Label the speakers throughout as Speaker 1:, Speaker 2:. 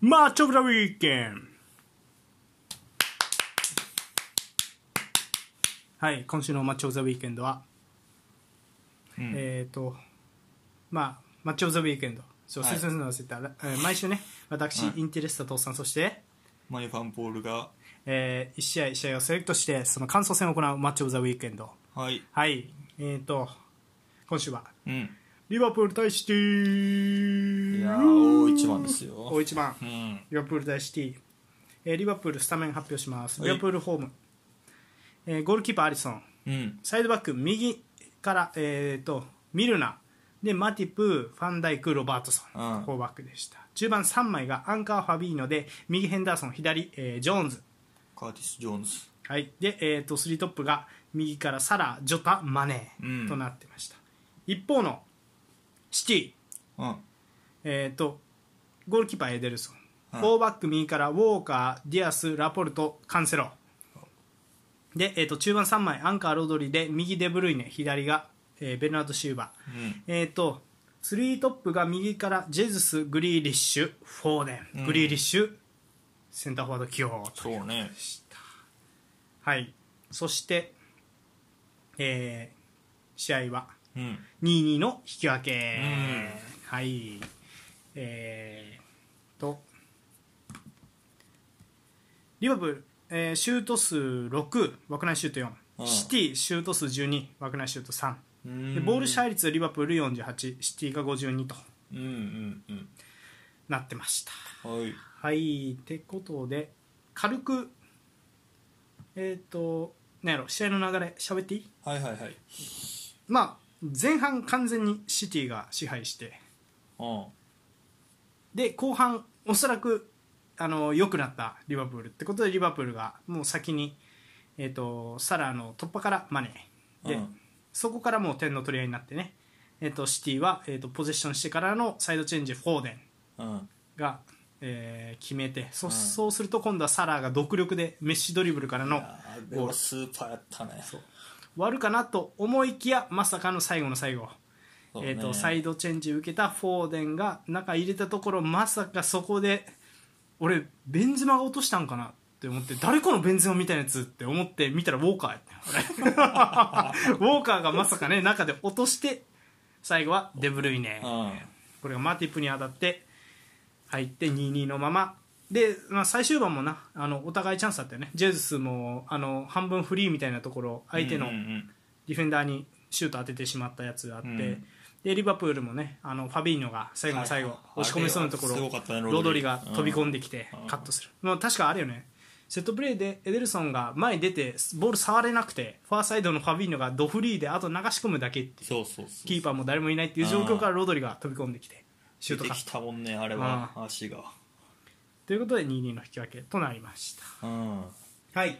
Speaker 1: マッチョ・オブ・ザ・ウィーケンはい今週のマッチョ・オブ・ザ・ウィーケンドは、
Speaker 2: うん
Speaker 1: えっ、とまあマッチョ・オブ・ザ・ウィーケンドそう
Speaker 2: はい
Speaker 1: 説明するの忘れた、らえー毎週ね私、
Speaker 2: はい
Speaker 1: インテレスタ父さんそして、
Speaker 2: マイファンポールが
Speaker 1: え1試合1試合をセレクトしてその感想戦を行うマッチ・オブ・ザ・ウィーケンド
Speaker 2: はい
Speaker 1: はいえっ、と今週は
Speaker 2: うん
Speaker 1: リバプール対シティ
Speaker 2: いやー大一番ですよ
Speaker 1: 大一番
Speaker 2: うん
Speaker 1: リバプール対シティ、えーリバプールスタメン発表します
Speaker 2: はい
Speaker 1: リバプールホーム、えーゴールキーパーアリソン
Speaker 2: うん
Speaker 1: サイドバック右から、えー、とミルナでマティプファンダイクロバートソン
Speaker 2: うん
Speaker 1: 4バックでした中盤3枚がアンカーファビーノで右ヘンダーソン左、えージョーンズ、
Speaker 2: カーティス・ジョーンズ
Speaker 1: はいでえー、と3トップが右からサラジョタマネ
Speaker 2: うん
Speaker 1: ーとなってました、一方のシティ
Speaker 2: うん
Speaker 1: えー、とゴールキーパーエデルソン、
Speaker 2: うん
Speaker 1: フォーバック右からウォーカー、ディアス、ラポルト、カンセロで、えー、と中盤3枚アンカー、ロドリで右デブルイネ左が、えーベルナード・シューバー、
Speaker 2: うん
Speaker 1: えー、と3トップが右からジェズス、グリーリッシュ、フォーデン、
Speaker 2: うん
Speaker 1: グリーリッシュセンターフォワード起用と、
Speaker 2: そうね
Speaker 1: はい、そして、えー試合は
Speaker 2: うん
Speaker 1: 2-2の引き分け、
Speaker 2: うん
Speaker 1: はいえー、とリバプール、えーシュート数6枠内シュート4、
Speaker 2: うん
Speaker 1: シティシュート数12枠内シュート3
Speaker 2: うん
Speaker 1: でボール支配率リバプール48シティが52と
Speaker 2: うんうん
Speaker 1: なってました
Speaker 2: うんはい
Speaker 1: はいってことで軽くえっ、となんやろ試合の流れ喋っていい
Speaker 2: はいはいはい
Speaker 1: まあ前半完全にシティが支配して
Speaker 2: う
Speaker 1: で後半おそらくあの良くなったリバプールってことでリバプールがもう先に、えー、とサラーの突破からマネー
Speaker 2: ん
Speaker 1: で、
Speaker 2: うん
Speaker 1: そこからもう点の取り合いになってね、えー、とシティは、えー、とポゼッションしてからのサイドチェンジフォーデン
Speaker 2: うん
Speaker 1: が、えー決めてそ,、
Speaker 2: うん
Speaker 1: そうすると今度はサラーが独力でメッシドリブルからの
Speaker 2: あれ
Speaker 1: ゴー
Speaker 2: は
Speaker 1: ル
Speaker 2: スーパーやったねそ
Speaker 1: 終
Speaker 2: う
Speaker 1: わるかなと思いきやまさかの最後の最後。
Speaker 2: ね
Speaker 1: えー、とサイドチェンジ受けたフォーデンが中入れたところまさかそこで俺ベンゼマが落としたんかなって思って誰このベンゼマみたいなやつって思って見たらウォーカーやったよ 俺ウォーカーがまさかね中で落として最後はデブルイネ
Speaker 2: う
Speaker 1: これがマティップに当たって入って2-2のままで、まあ、最終盤もなあのお互いチャンスあったよねジェズスもあの半分フリーみたいなところ相手の、
Speaker 2: うんうん
Speaker 1: ディフェンダーにシュート当ててしまったやつがあって、
Speaker 2: うん
Speaker 1: でリバプールもねあのファビーニョが最後の最後、
Speaker 2: はい
Speaker 1: 押し込めそうなところ
Speaker 2: あれはすごかったね
Speaker 1: ロドリが
Speaker 2: ロドリ
Speaker 1: 飛び込んできて
Speaker 2: うん
Speaker 1: カットする、もう確かあれよねセットプレーでエデルソンが前に出てボール触れなくてファーサイドのファビーニョがドフリーであと流し込むだけっていう
Speaker 2: そうそうそう
Speaker 1: キーパーも誰もいないっていう状況からロドリが飛び込んできてシュート
Speaker 2: 出
Speaker 1: カ
Speaker 2: て
Speaker 1: ッ
Speaker 2: き
Speaker 1: ト
Speaker 2: たもんねあれは足が
Speaker 1: ということで2 2の引き分けとなりました
Speaker 2: うん
Speaker 1: はい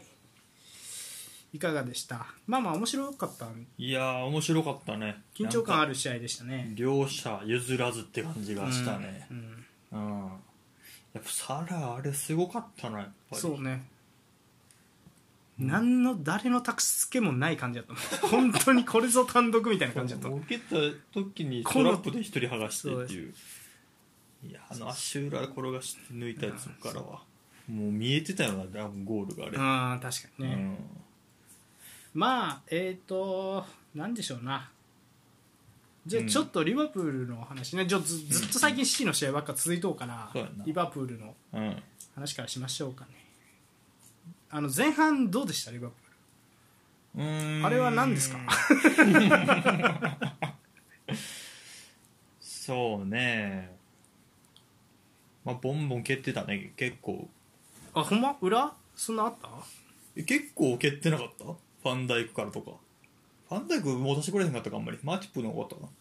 Speaker 1: いかがでしたまあまあ面白かった
Speaker 2: いやー面白かったね
Speaker 1: 緊張感
Speaker 2: な
Speaker 1: あ
Speaker 2: んか
Speaker 1: る試合でしたね
Speaker 2: 両者譲らずって感じがしたね
Speaker 1: うんうん
Speaker 2: うんやっぱサラあれすごかったなやっぱり
Speaker 1: そうね何の誰の託しつけもない感じだった もん本当にこれぞ単独みたいな感じだったもん
Speaker 2: 受けた時にトラップで一人剥がしてっていういやあの足裏転がして抜いたやつからはもう見えてたよな多分ゴールがあれ
Speaker 1: うん確か
Speaker 2: う
Speaker 1: にね、
Speaker 2: ん
Speaker 1: まあえっ、となんでしょうなじゃあ
Speaker 2: うん
Speaker 1: ちょっとリバプールの話ね、じゃあずずっと最近シティの試合ばっか続いとうから、
Speaker 2: そうやな
Speaker 1: リバプールの
Speaker 2: うん
Speaker 1: 話からしましょうかねあの前半どうでしたリバプ
Speaker 2: うーん
Speaker 1: あれは何ですか
Speaker 2: そうねまあボンボン蹴ってたね結構
Speaker 1: ールあほんま裏そんなあった
Speaker 2: え結構蹴ってなかったファンダイクからとかファンダイクもう出してくれへんかったかあんまりマチップの方が多かったか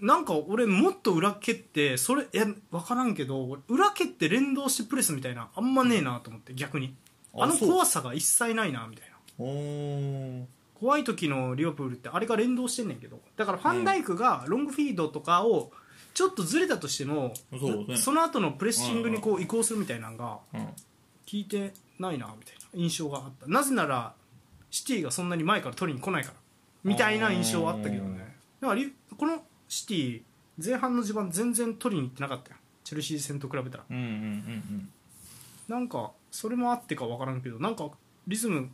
Speaker 1: なんか俺もっと裏蹴ってそれいや分からんけど俺裏蹴って連動してプレスみたいなあんまねえなと思って逆に
Speaker 2: あ
Speaker 1: あの
Speaker 2: そう
Speaker 1: 怖さが一切ないなみたいな
Speaker 2: なおー
Speaker 1: 怖い時のリオプールってあれが連動してんねんけどだからファンダイクがロングフィードとかをちょっとずれたとしても、
Speaker 2: そうね
Speaker 1: の後のプレッシングにこう移行するみたいなのが
Speaker 2: うん
Speaker 1: 効いてないなみたいな印象があったなぜならシティがそんなに前から取りに来ないからみたいな印象はあったけどねだからリこのシティ前半の地盤全然取りに行ってなかったよチェルシー戦と比べたら
Speaker 2: うんうんうん
Speaker 1: なんかそれもあってか分からんけどなんかリズム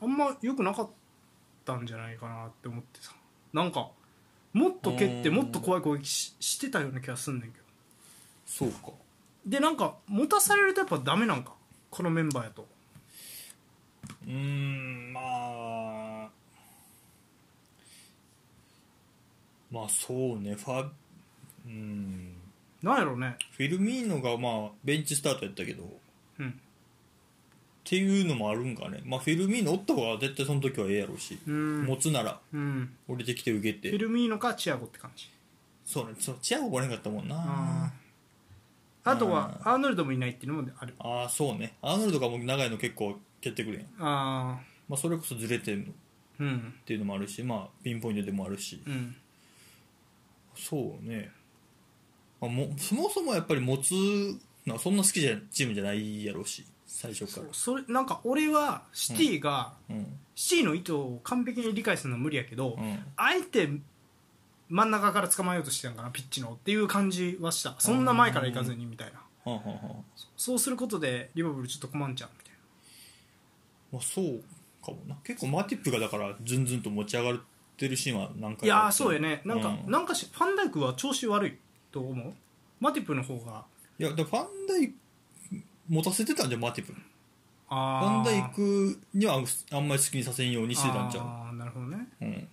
Speaker 1: あんま良くなかったんじゃないかなって思ってさなんかもっと蹴って
Speaker 2: うん
Speaker 1: もっと怖い攻撃ししてたような気がすんねんけど
Speaker 2: そうか
Speaker 1: でなんか持たされるとやっぱダメなんかこのメンバーやと
Speaker 2: うーんまあまあそうねファうん
Speaker 1: なんやろうね
Speaker 2: フィルミーノがまあベンチスタートやったけどっ
Speaker 1: うん
Speaker 2: ていうのもあるんかねまあフィルミーノおった方が絶対その時はええやろうし、
Speaker 1: うん
Speaker 2: 持つなら
Speaker 1: うん
Speaker 2: 降りてきて受け
Speaker 1: フィ
Speaker 2: て
Speaker 1: ルミーノかチアゴって感じ
Speaker 2: そうねそうチアゴ来れなかったもんな
Speaker 1: ああとはアーノルドもいないっていうのもある
Speaker 2: ああそうねアーノルドがもう長いの結構蹴ってくるやん、
Speaker 1: ああ
Speaker 2: まあ、それこそずれてるっ
Speaker 1: うん
Speaker 2: ていうのもあるしまあピンポイントでもあるし
Speaker 1: うん
Speaker 2: そうね、まあ、もそもそもやっぱり持つのはそんな好きじゃチームじゃないやろうし最初から
Speaker 1: それなんか俺はシティが、
Speaker 2: うん
Speaker 1: シティの意図を完璧に理解するのは無理やけど、
Speaker 2: うん
Speaker 1: あえて真ん中から捕まえようとしてたんかなピッチのっていう感じはしたそんな前から行かずにみたいな
Speaker 2: はんはんはん
Speaker 1: そうすることでリバブルちょっと困んちゃうみたい
Speaker 2: まあそうかもな結構マティップがだからズンズンと持ち上がってるシーンは何回
Speaker 1: ないやーそうやねなんか、
Speaker 2: うん
Speaker 1: なんかしファンダイクは調子悪いと思うマティップの方が
Speaker 2: いやだからファンダイク持たせてたんじゃんマティップフ
Speaker 1: あー
Speaker 2: ァンダイクにはあんまり好きにさせんようにしてたんちゃう
Speaker 1: あーなるほどね
Speaker 2: うん、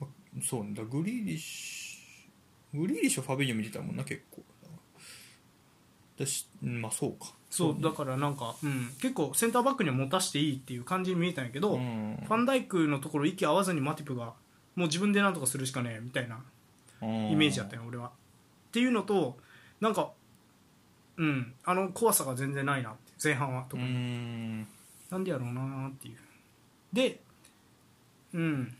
Speaker 2: まそうねだグリーリッシュグリーリッシュはファビーニョ見てたもんな結構だしうんまあそうか
Speaker 1: そう
Speaker 2: ね
Speaker 1: だからなんか、うん、結構センターバックには持たせていいっていう感じに見えたんやけど、
Speaker 2: う
Speaker 1: フ
Speaker 2: ん
Speaker 1: ァンダイクのところ息合わずにマティップがもう自分でなんとかするしかねえみたいなイ
Speaker 2: イ
Speaker 1: メージだった
Speaker 2: よ
Speaker 1: よ俺は。っていうのとなんかうんあの怖さが全然ないなって前半は
Speaker 2: う
Speaker 1: 特に、
Speaker 2: ん
Speaker 1: なんでやろうなーっていうでうん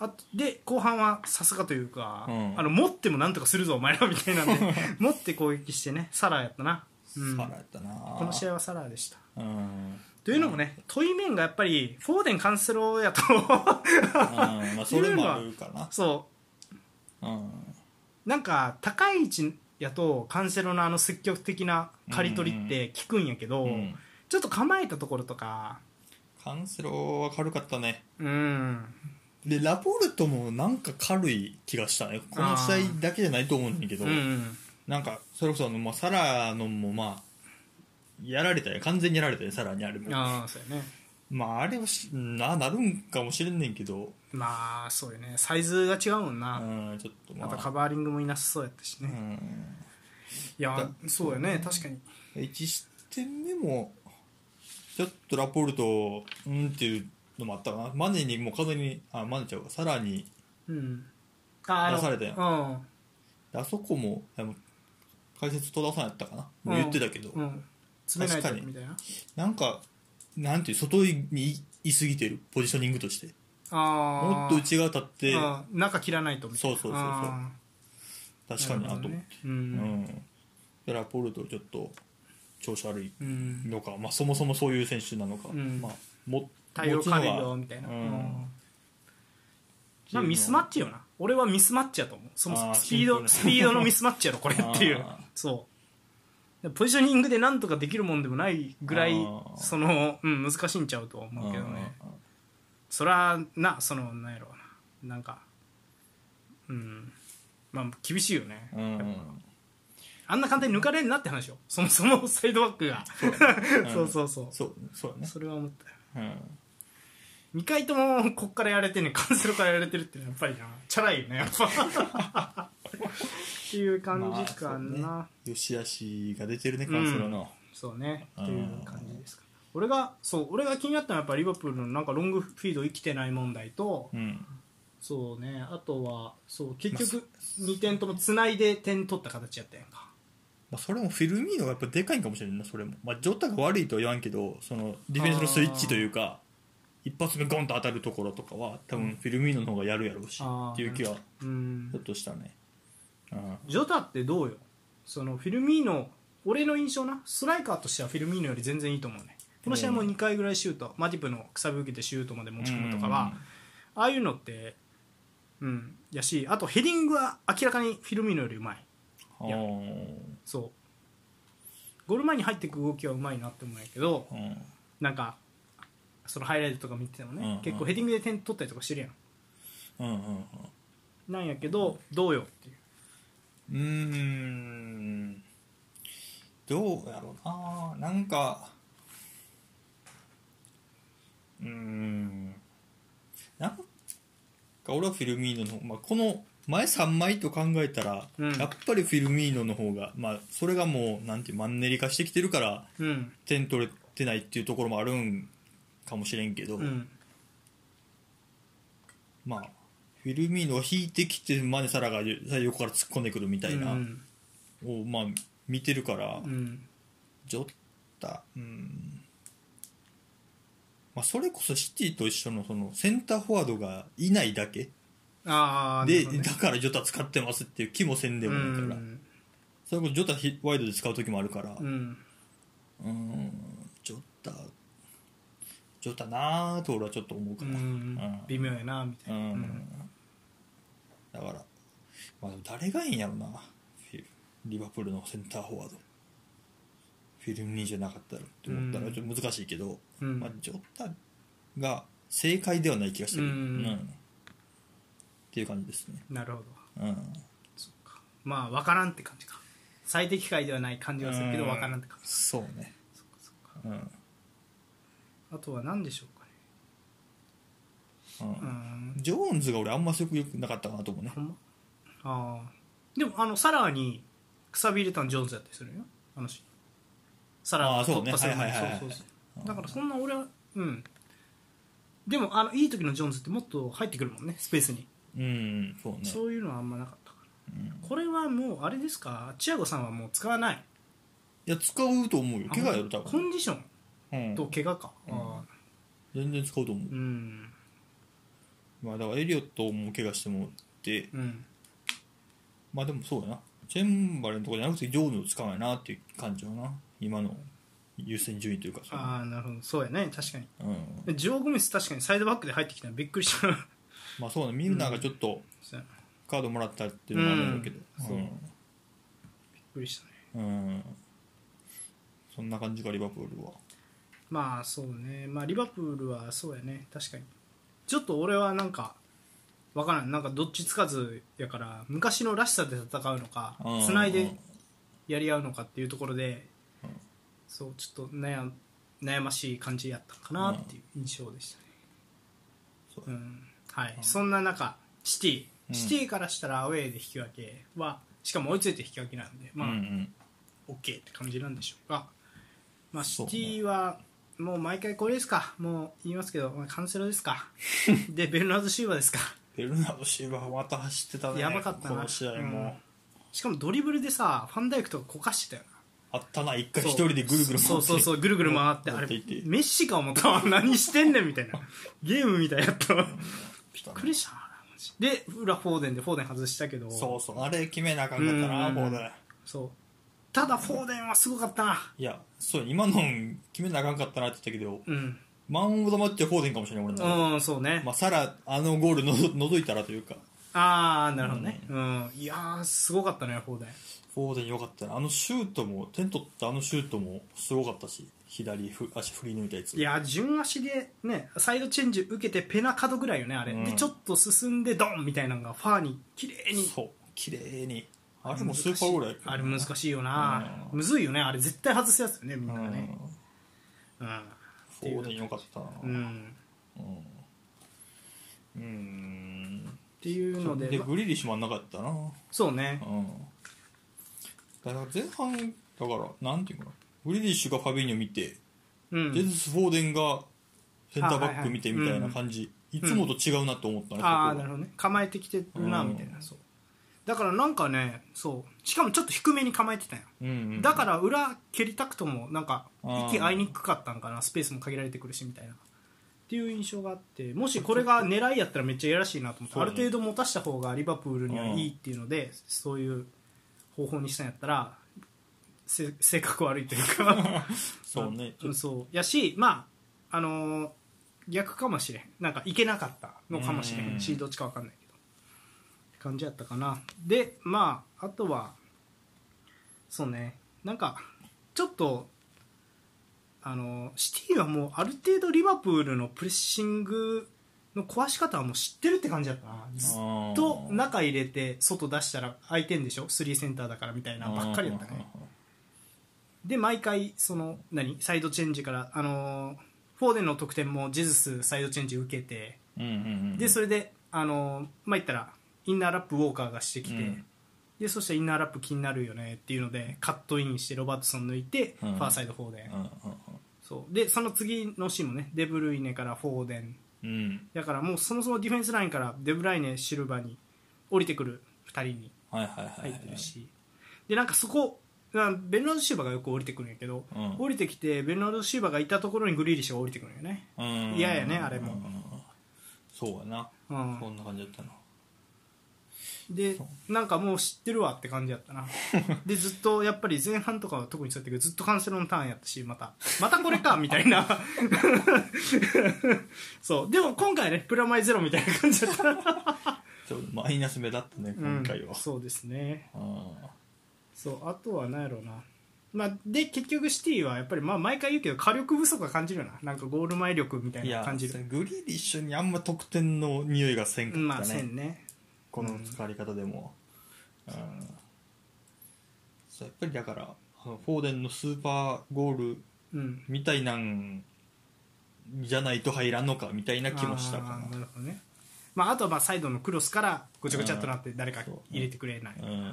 Speaker 1: あとで後半はさすがというか、
Speaker 2: うん
Speaker 1: あの持ってもなんとかするぞお前らみたいなんで 持って攻撃してねサラーやったな、うん、
Speaker 2: サラやったな
Speaker 1: この試合はサラーでした
Speaker 2: うん
Speaker 1: というのもね、問い面がやっぱりフォーデンカンセロやと
Speaker 2: あーまあそれもあるかな
Speaker 1: そう
Speaker 2: うん
Speaker 1: なんか高い位置やとカンセロのあの積極的な刈り取りって効くんやけど、
Speaker 2: うん
Speaker 1: ちょっと構えたところとか
Speaker 2: カンセロは軽かったね
Speaker 1: うん
Speaker 2: でラポルトもなんか軽い気がしたねこの試合だけじゃないと思うんだけど、
Speaker 1: うん
Speaker 2: なんかそれこそあの、まあ、サラのもまあやられたよ完全にやられたよサラにあれも
Speaker 1: ああそうやね
Speaker 2: まああれはしななるんかもしれんねんけど、
Speaker 1: まあそうやねサイズが違うもん
Speaker 2: う
Speaker 1: な、
Speaker 2: ん、ちょっとま
Speaker 1: ま
Speaker 2: あ
Speaker 1: たカバーリングもいなさそうやったし
Speaker 2: う
Speaker 1: ね、い
Speaker 2: ん、
Speaker 1: やそうやね確かに
Speaker 2: 1失点目もちょっとラポルトうんっていうのもあったかなマネにもう完全にあマネちゃうかサラに
Speaker 1: うんああの
Speaker 2: 出されたやあそこもあの解説戸田さんやったかな、
Speaker 1: うん
Speaker 2: 言ってたけど、
Speaker 1: うん、うん、詰めないと
Speaker 2: 確かに
Speaker 1: みたいな
Speaker 2: なんかなんていう外にいいすぎてるポジショニングとして
Speaker 1: ああ
Speaker 2: もっと内側立って
Speaker 1: あー中切らないとみたいな
Speaker 2: そうそうそうそう
Speaker 1: あー
Speaker 2: 確かにな
Speaker 1: るほ
Speaker 2: と
Speaker 1: ど
Speaker 2: 思っ
Speaker 1: ね
Speaker 2: て、
Speaker 1: う、
Speaker 2: うんんでラポルトちょっと調子悪い
Speaker 1: うん、
Speaker 2: のか、まあ、そもそもそういう選手なのか、
Speaker 1: うん
Speaker 2: まあ、も
Speaker 1: 対応借りる
Speaker 2: 持つの
Speaker 1: よ
Speaker 2: は
Speaker 1: みたいな、
Speaker 2: う
Speaker 1: うん
Speaker 2: ん
Speaker 1: まあミスマッチよな俺はミスマッチやと思うそもそも
Speaker 2: あー
Speaker 1: スピード
Speaker 2: シ
Speaker 1: ス
Speaker 2: ンプル
Speaker 1: ピードのミスマッチやろこれっていう
Speaker 2: あー
Speaker 1: そうポジショニングでなんとかできるもんでもないぐらい
Speaker 2: あー
Speaker 1: その、うん、難しいんちゃうとは思うけどねそりゃなそのなんやろうななんかうんまあ厳しいよね
Speaker 2: うんうん
Speaker 1: あんな簡単に抜かれんなって話よそもそもサイドバックがそう そうそう
Speaker 2: そうそうやね、
Speaker 1: それは思ったよ
Speaker 2: うん、
Speaker 1: 2回ともこっからやれてんねんカンセロからやれてるってのはやっぱりなチャラいよねやっぱっていう感じかな、
Speaker 2: まあそうね、よしあしが出てるね
Speaker 1: うん
Speaker 2: カンセロの、
Speaker 1: そうね
Speaker 2: うん
Speaker 1: っていう感じですか俺がそう俺が気になったのはやっぱリバプールのなんかロングフィード生きてない問題と、
Speaker 2: うん
Speaker 1: そうねあとはそう結局2点ともつないで点取った形やったやんか
Speaker 2: まあ、それもフィルミーノがやっぱでかいんかもしれんなそれも、まあ、ジョタが悪いとは言わんけどそのディフェンスのスイッチというか一発目ゴンと当たるところとかは多分フィルミーノの方がやるやろうし、
Speaker 1: あー
Speaker 2: っていう気は
Speaker 1: うん
Speaker 2: ちょっとしたね、うん、
Speaker 1: ジョタってどうよそのフィルミーノ俺の印象なストライカーとしてはフィルミーノより全然いいと思うねこの試合も2回ぐらいシュート、マティプのくさび受けてシュートまで持ち込むとかは、ああいうのってうんやしあとヘディングは明らかにフィルミーノよりうまい
Speaker 2: あ
Speaker 1: いや
Speaker 2: ー
Speaker 1: そうゴール前に入っていく動きはうまいなって思うんやけど
Speaker 2: うん
Speaker 1: なんかそのハイライトとか見ててもね、
Speaker 2: うんうん
Speaker 1: 結構ヘディングで点取ったりとかしてるやん
Speaker 2: うんうん
Speaker 1: なんやけどどうよっていう
Speaker 2: うんうーんどうやろうななんかうーんなんか俺はフィルミーノの方、まあ、この前3枚と考えたら、
Speaker 1: うん
Speaker 2: やっぱりフィルミーノの方が、まあ、それがもうなんていうマンネリ化してきてるから
Speaker 1: うん
Speaker 2: 点取れてないっていうところもあるんかもしれんけど、
Speaker 1: うん
Speaker 2: まあフィルミーノを引いてきてマネサラが横から突っ込んでくるみたいな、
Speaker 1: うん
Speaker 2: を、まあ、見てるから、
Speaker 1: うん
Speaker 2: ジョッタ、うんまあ、それこそシティと一緒のそのセンターフォワードがいないだけ
Speaker 1: ああ
Speaker 2: で、だからジョタ使ってますっていう気もせんで
Speaker 1: う
Speaker 2: もないから、
Speaker 1: ん
Speaker 2: それこそジョタヒワイドで使う時もあるから、
Speaker 1: うん
Speaker 2: うんジョタジョタなーと俺はちょっと思うか
Speaker 1: う
Speaker 2: な、
Speaker 1: ん微妙やなみた
Speaker 2: う
Speaker 1: いな、
Speaker 2: ん
Speaker 1: うん
Speaker 2: だから、まあ、でも誰がいいんやろなフィルリバプールのセンターフォワードフィルミーじゃなかったらって思ったら
Speaker 1: うん
Speaker 2: ちょっと難しいけど、
Speaker 1: うん
Speaker 2: まあ、ジョッタが正解ではない気がしてる、
Speaker 1: うん
Speaker 2: っていう感じですね、
Speaker 1: なるほど
Speaker 2: うん、
Speaker 1: そっかまあ分からんって感じか最適解ではない感じはするけど
Speaker 2: うん
Speaker 1: 分からんって感じ
Speaker 2: そうね
Speaker 1: そっかそっか
Speaker 2: うん、うん
Speaker 1: あとは何でしょうかねうん
Speaker 2: ジョーンズが俺あんまよくよくなかったかなと思うね
Speaker 1: ほんまああでもあのサラーにくさび入れたんジョーンズやったりするよあのシーンサラー
Speaker 2: あ
Speaker 1: が
Speaker 2: あそうね
Speaker 1: 突破する前に
Speaker 2: はいはいはい
Speaker 1: そうそうそうだからそんな俺はうんでもあのいい時のジョーンズってもっと入ってくるもんねスペースに、
Speaker 2: うんそうね
Speaker 1: そういうのはあんまなかったから
Speaker 2: うん
Speaker 1: これはもうあれですかチアゴさんはもう使わない
Speaker 2: いや使うと思うよ怪我やろ多
Speaker 1: コ
Speaker 2: 分、
Speaker 1: ンディション
Speaker 2: うん
Speaker 1: と怪我か
Speaker 2: うん
Speaker 1: ああ
Speaker 2: 全然使うと思う
Speaker 1: うん
Speaker 2: まあだからエリオットも怪我してもって
Speaker 1: うん
Speaker 2: まあでもそうやなチェンバレンとかじゃなくてジョーンズを使わないなっていう感じだな今の優先順位というかさ、
Speaker 1: ああなるほどそうやね確かに
Speaker 2: うん、
Speaker 1: ジオ・ゴメス確かにサイドバックで入ってきたのびっくりした
Speaker 2: まあそうねミルナーがちょっと
Speaker 1: そうやな
Speaker 2: カードもらったっていうのもあるんだけど
Speaker 1: うんびっくりしたね
Speaker 2: うん、うんそんな感じかリバプールは
Speaker 1: まあそうね、まあ、リバプールはそうやね確かにちょっと俺はなんかわからんなんかどっちつかずやから昔のらしさで戦うのか
Speaker 2: うん
Speaker 1: つないでやり合うのかっていうところで、
Speaker 2: うん
Speaker 1: そうちょっと悩悩ましい感じやったかなっていう印象でしたね、
Speaker 2: そう
Speaker 1: うんはい、
Speaker 2: うん
Speaker 1: そんな中シティ
Speaker 2: うん
Speaker 1: シティからしたらアウェーで引き分けはしかも追いついて引き分けなんでまあ、
Speaker 2: うんうん、
Speaker 1: OK って感じなんでしょうか、まあ、シ
Speaker 2: そうね
Speaker 1: ティはもう毎回これですかもう言いますけど、まあ、カンセロですか でベルナード・シーバーですか
Speaker 2: ベルナード・シーバーまた走ってたね
Speaker 1: やばかったな
Speaker 2: この試合も、
Speaker 1: うんしかもドリブルでさファンダイクとかこかしてたよな
Speaker 2: あったな一回
Speaker 1: そう
Speaker 2: 一人でぐるぐる回って
Speaker 1: そうそうそうぐるぐる回ってあれ
Speaker 2: 持っていって
Speaker 1: メッシか思ったわ何してんねんみたいなゲームみたいやったわびっくりしたなマジで裏フォーデンでフォーデン外したけど
Speaker 2: そうそうあれ決めなあかんかった
Speaker 1: う
Speaker 2: なんボール
Speaker 1: そうただフォーデンはすごかったない
Speaker 2: やそう今のん決めなあかんかったなって言ったけど
Speaker 1: うん
Speaker 2: マン・オブ・ザ・マッチはフォーデンかもしれない俺の中で
Speaker 1: うんそうね
Speaker 2: まあ、サラ、あのゴールの ぞ覗いたらというか、
Speaker 1: ああなるほどね、うん、いやーすごかったねフォーデン
Speaker 2: フォーデンよかったな。あのシュートも、点取ったあのシュートもすごかったし、左ふ足振り抜いたやつ。
Speaker 1: いやー順足でねサイドチェンジ受けてペナ角ぐらいよねあれ、
Speaker 2: うん
Speaker 1: でちょっと進んでドンみたいなのがファーに綺麗に
Speaker 2: そう、綺麗に。あれもスーパーゴールやけど
Speaker 1: あれ難しいよな、
Speaker 2: うん
Speaker 1: むずいよねあれ絶対外すやつよねみん
Speaker 2: う
Speaker 1: ながね
Speaker 2: ん。
Speaker 1: うん、
Speaker 2: フォーデンよかったな。
Speaker 1: うん
Speaker 2: うん。うん。
Speaker 1: っていうので
Speaker 2: で、
Speaker 1: ま
Speaker 2: グリリッシュもあんなかったな。
Speaker 1: そうね
Speaker 2: うん。だから前半、だから、なんていうかな。グリリッシュがファビーニョ見て、
Speaker 1: うん、
Speaker 2: ジェズス・フォーデンがセンターバック見てみたいな感じ、いつもと違うなと思ったね、
Speaker 1: ああ
Speaker 2: そ
Speaker 1: なる
Speaker 2: こは
Speaker 1: ほどね構えてきてるな
Speaker 2: うん
Speaker 1: みたいな、そうだからなんかねそうしかもちょっと低めに構えてたよ
Speaker 2: うんうん
Speaker 1: だから裏蹴りたくともなんか
Speaker 2: うん
Speaker 1: 息合いにくかったんかなスペースも限られてくるしみたいなっていう印象があってもしこれが狙いやったらめっちゃいやらしいなと思って
Speaker 2: そ
Speaker 1: あ
Speaker 2: うね
Speaker 1: る程度持たした方がリバプールには
Speaker 2: うん
Speaker 1: いいっていうのでそういう方法にしたんやったらせ性格悪いというか
Speaker 2: そうね
Speaker 1: うんそうやしまああのー逆かもしれんなんかいけなかったのかもしれへん
Speaker 2: う
Speaker 1: し
Speaker 2: ん
Speaker 1: どっちかわかんないけどって感じやったかなでまああとはそうねなんかちょっとあのシティはもうある程度リバプールのプレッシングの壊し方はもう知ってるって感じだったなずっと中入れて外出したら空いてんでしょ3センターだからみたいなばっかりだったねで毎回その何サイドチェンジからあのーフォーデンの得点もジェズスサイドチェンジ受けて
Speaker 2: うんうんうん
Speaker 1: でそれであのーまあ言ったらインナーラップウォーカーがしてきて、
Speaker 2: うん
Speaker 1: でそしたらインナーラップ気になるよねっていうのでカットインしてロバートソン抜いて、
Speaker 2: うん
Speaker 1: ファーサイドフォーデン、
Speaker 2: うん
Speaker 1: そうでその次のシーンもねデブルイネからフォーデン
Speaker 2: うんうん
Speaker 1: だからもうそもそもディフェンスラインからデブライネシルバに降りてくる2人に
Speaker 2: はいはいはいはい
Speaker 1: 入ってるし、でなんかそこなベルナード・シューバーがよく降りてくるんやけど、
Speaker 2: うん
Speaker 1: 降りてきてベルナード・シューバーがいたところにグリーリッシュが降りてくるんよね、
Speaker 2: うん
Speaker 1: 嫌やねあれも
Speaker 2: うんうんうんそうやな
Speaker 1: うん
Speaker 2: そんな感じだったな
Speaker 1: でなんかもう知ってるわって感じやったなでずっとやっぱり前半とかは特にそうやったけどずっとカンセロのターンやったしまたまたこれかみたいな そうでも今回ねプラマイゼロみたいな感じだった、
Speaker 2: ちょっとマイナス目だったね今回
Speaker 1: うん
Speaker 2: は
Speaker 1: そうですね
Speaker 2: うん
Speaker 1: そうあとは何やろうなまあ、で結局シティはやっぱりまあ毎回言うけど火力不足は感じるよななんかゴール前力みたい
Speaker 2: い
Speaker 1: な
Speaker 2: や
Speaker 1: 感じる
Speaker 2: グリーリッシュにあんま得点の匂いがせんか
Speaker 1: ま
Speaker 2: っ
Speaker 1: あ
Speaker 2: た
Speaker 1: せ
Speaker 2: ね、
Speaker 1: んね
Speaker 2: この使われ方でも、うんそうやっぱりだからあのフォーデンのスーパーゴール
Speaker 1: うん
Speaker 2: みたいなんじゃないと入らんのかみたいな気もしたか
Speaker 1: あーなるほどね、まあ、あとはまあサイドのクロスからごちゃごちゃっとなって誰か
Speaker 2: そう
Speaker 1: 入れてくれない、
Speaker 2: な、うん、
Speaker 1: い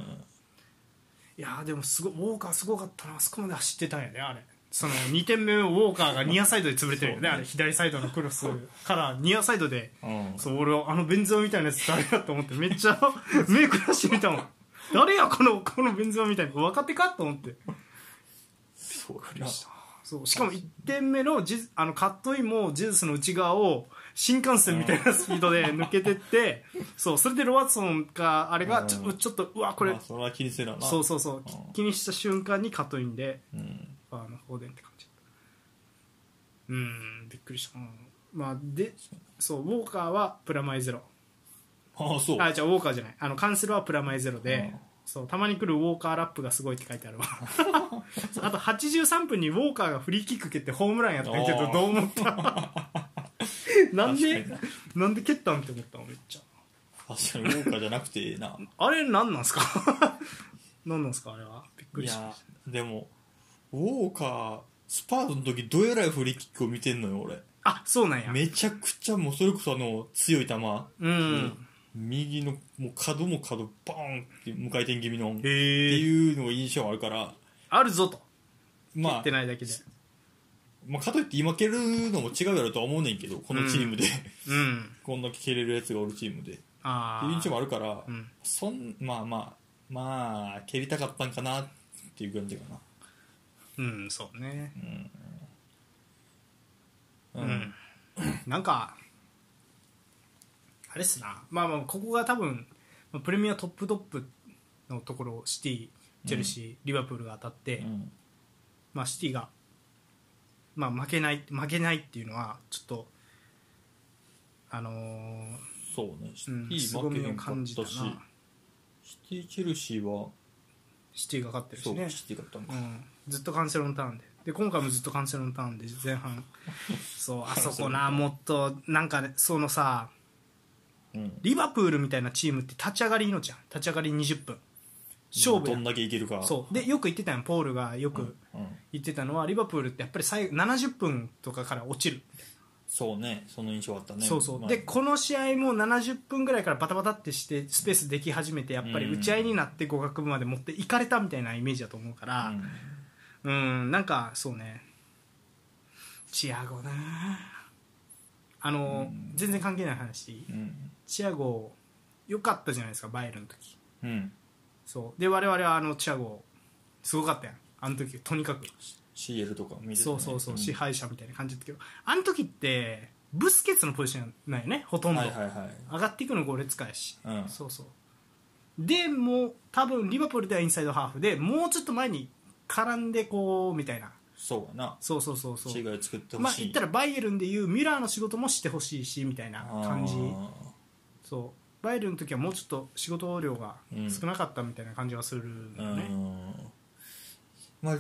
Speaker 1: やーでもすごいウォーカーすごかったなあそこまで走ってたんやねあれその2点目ウォーカーがニアサイドで潰れてるよねあれ左サイドのクロスからニアサイドで
Speaker 2: うん
Speaker 1: そう俺はあのベンゾーみたいなやつ誰だと思ってめっちゃ 目くらしてみたもん誰やこのこのベンゾーみたいな若手かと思って
Speaker 2: そうか
Speaker 1: そうしかも1点目のジズあのカットインもジェズスの内側を新幹線みたいなスピード で抜けてって、そうそれでロワッソンかあれがちょ,、
Speaker 2: うん
Speaker 1: ちょっとうわこれ、
Speaker 2: まあ、それは気にせなな
Speaker 1: そうそうそう、き
Speaker 2: うん
Speaker 1: 気にした瞬間にカットインで
Speaker 2: う、ん、
Speaker 1: あの放電って感じうーんびっくりした、うんまあ、でそうウォーカーはプラマイゼロ
Speaker 2: ああそう
Speaker 1: あじゃあウォーカーじゃないあのカンセルはプラマイゼロで、
Speaker 2: うん
Speaker 1: そうたまに来るウォーカーラップがすごいって書いてあ るわそうあと83分にウォーカーがフリーキック蹴ってホームランやったんやけ
Speaker 2: あ
Speaker 1: ど
Speaker 2: ー
Speaker 1: どう思った なんで
Speaker 2: 確か
Speaker 1: なんで蹴ったんって思ったのめっちゃ
Speaker 2: 確かにウォーカーじゃなくてええな
Speaker 1: あれなんなんすか なんなんすかあれはびっく
Speaker 2: い
Speaker 1: りし
Speaker 2: や
Speaker 1: まし
Speaker 2: でもウォーカースパートの時どえらいフリーキックを見てんのよ俺
Speaker 1: たあそうなんや
Speaker 2: めちゃくちゃもうそれこそあの強い球、
Speaker 1: うん
Speaker 2: 右のもう角も角バーンって無回転気味のって
Speaker 1: へえ
Speaker 2: いうのが印象あるから
Speaker 1: あるぞと
Speaker 2: ま
Speaker 1: 言
Speaker 2: あ
Speaker 1: ってないだけで
Speaker 2: まあ、かといって今蹴るのも違うやろとは思うねんけどこのチームで、
Speaker 1: うん
Speaker 2: こんだけ蹴れるやつがおるチームでって
Speaker 1: ああ
Speaker 2: いう印象もあるから、
Speaker 1: うん
Speaker 2: そんまあまあまあ蹴りたかったんかなっていう感じかな
Speaker 1: うんそうね
Speaker 2: うん、
Speaker 1: うんなんかあれっすなまあまあここが多分まあプレミアトップトップのところシティチェルシー、リバプールが当たって、
Speaker 2: うん
Speaker 1: まあ、シティが、まあ、負けない負けないっていうのはちょっとあのー
Speaker 2: そうねシテ
Speaker 1: うん、
Speaker 2: ィ
Speaker 1: 凄
Speaker 2: 負け
Speaker 1: み
Speaker 2: へ
Speaker 1: を
Speaker 2: んかっ
Speaker 1: 感じた
Speaker 2: たし、
Speaker 1: な
Speaker 2: シティ・チェルシーは
Speaker 1: シティが勝ってるし
Speaker 2: そう、
Speaker 1: ね
Speaker 2: シティだったの
Speaker 1: う
Speaker 2: か、
Speaker 1: ん、ずっとカンセロのターンでで今回もずっとカンセロのターンで前半 そうあそこなもっとなんかねそのさ
Speaker 2: うん、
Speaker 1: リバプールみたいなチームって立ち上がり命やん立ち上がり20分勝負
Speaker 2: ど
Speaker 1: や
Speaker 2: ん
Speaker 1: ん
Speaker 2: だけいけるか
Speaker 1: そうでよく言ってたやんポールがよく
Speaker 2: うん、
Speaker 1: 言ってたのはリバプールってやっぱり最後70分とかから落ちる
Speaker 2: そうねその印象あったね
Speaker 1: そうそう、
Speaker 2: まあ
Speaker 1: でこの試合も70分ぐらいからバタバタってしてスペースでき始めてやっぱり打ち合いになって互角まで持っていかれたみたいなイメージだと思うから
Speaker 2: うん
Speaker 1: うんなんかそうねチアゴなあの、全然関係ない話
Speaker 2: うん
Speaker 1: チアゴ良かったじゃないですかバイエルンの時
Speaker 2: うん
Speaker 1: そうで我々はあのチアゴすごかったやんあの時とにかく
Speaker 2: CL とか見てた
Speaker 1: そ
Speaker 2: ね
Speaker 1: うそうそう、
Speaker 2: ん
Speaker 1: 支配者みたいな感じだったけどあの時ってブスケツのポジションなんよねほとんど、
Speaker 2: はいはいはい
Speaker 1: 上がっていくのゴレツカやし、
Speaker 2: うん
Speaker 1: そうそうでもう多分リバプールではインサイドハーフでもうちょっと前に絡んでこうみたいな
Speaker 2: そうやな
Speaker 1: そうそうそうそ
Speaker 2: 違
Speaker 1: う
Speaker 2: いを作ってほ
Speaker 1: まあ
Speaker 2: し
Speaker 1: 言っ
Speaker 2: い、
Speaker 1: たらバイエルンでいうミュラーの仕事もしてほしいしみたいな感じそうバイエルンの時はもうちょっと仕事量が少なかったみたいな感じがする
Speaker 2: あー
Speaker 1: のね、
Speaker 2: うんまあ、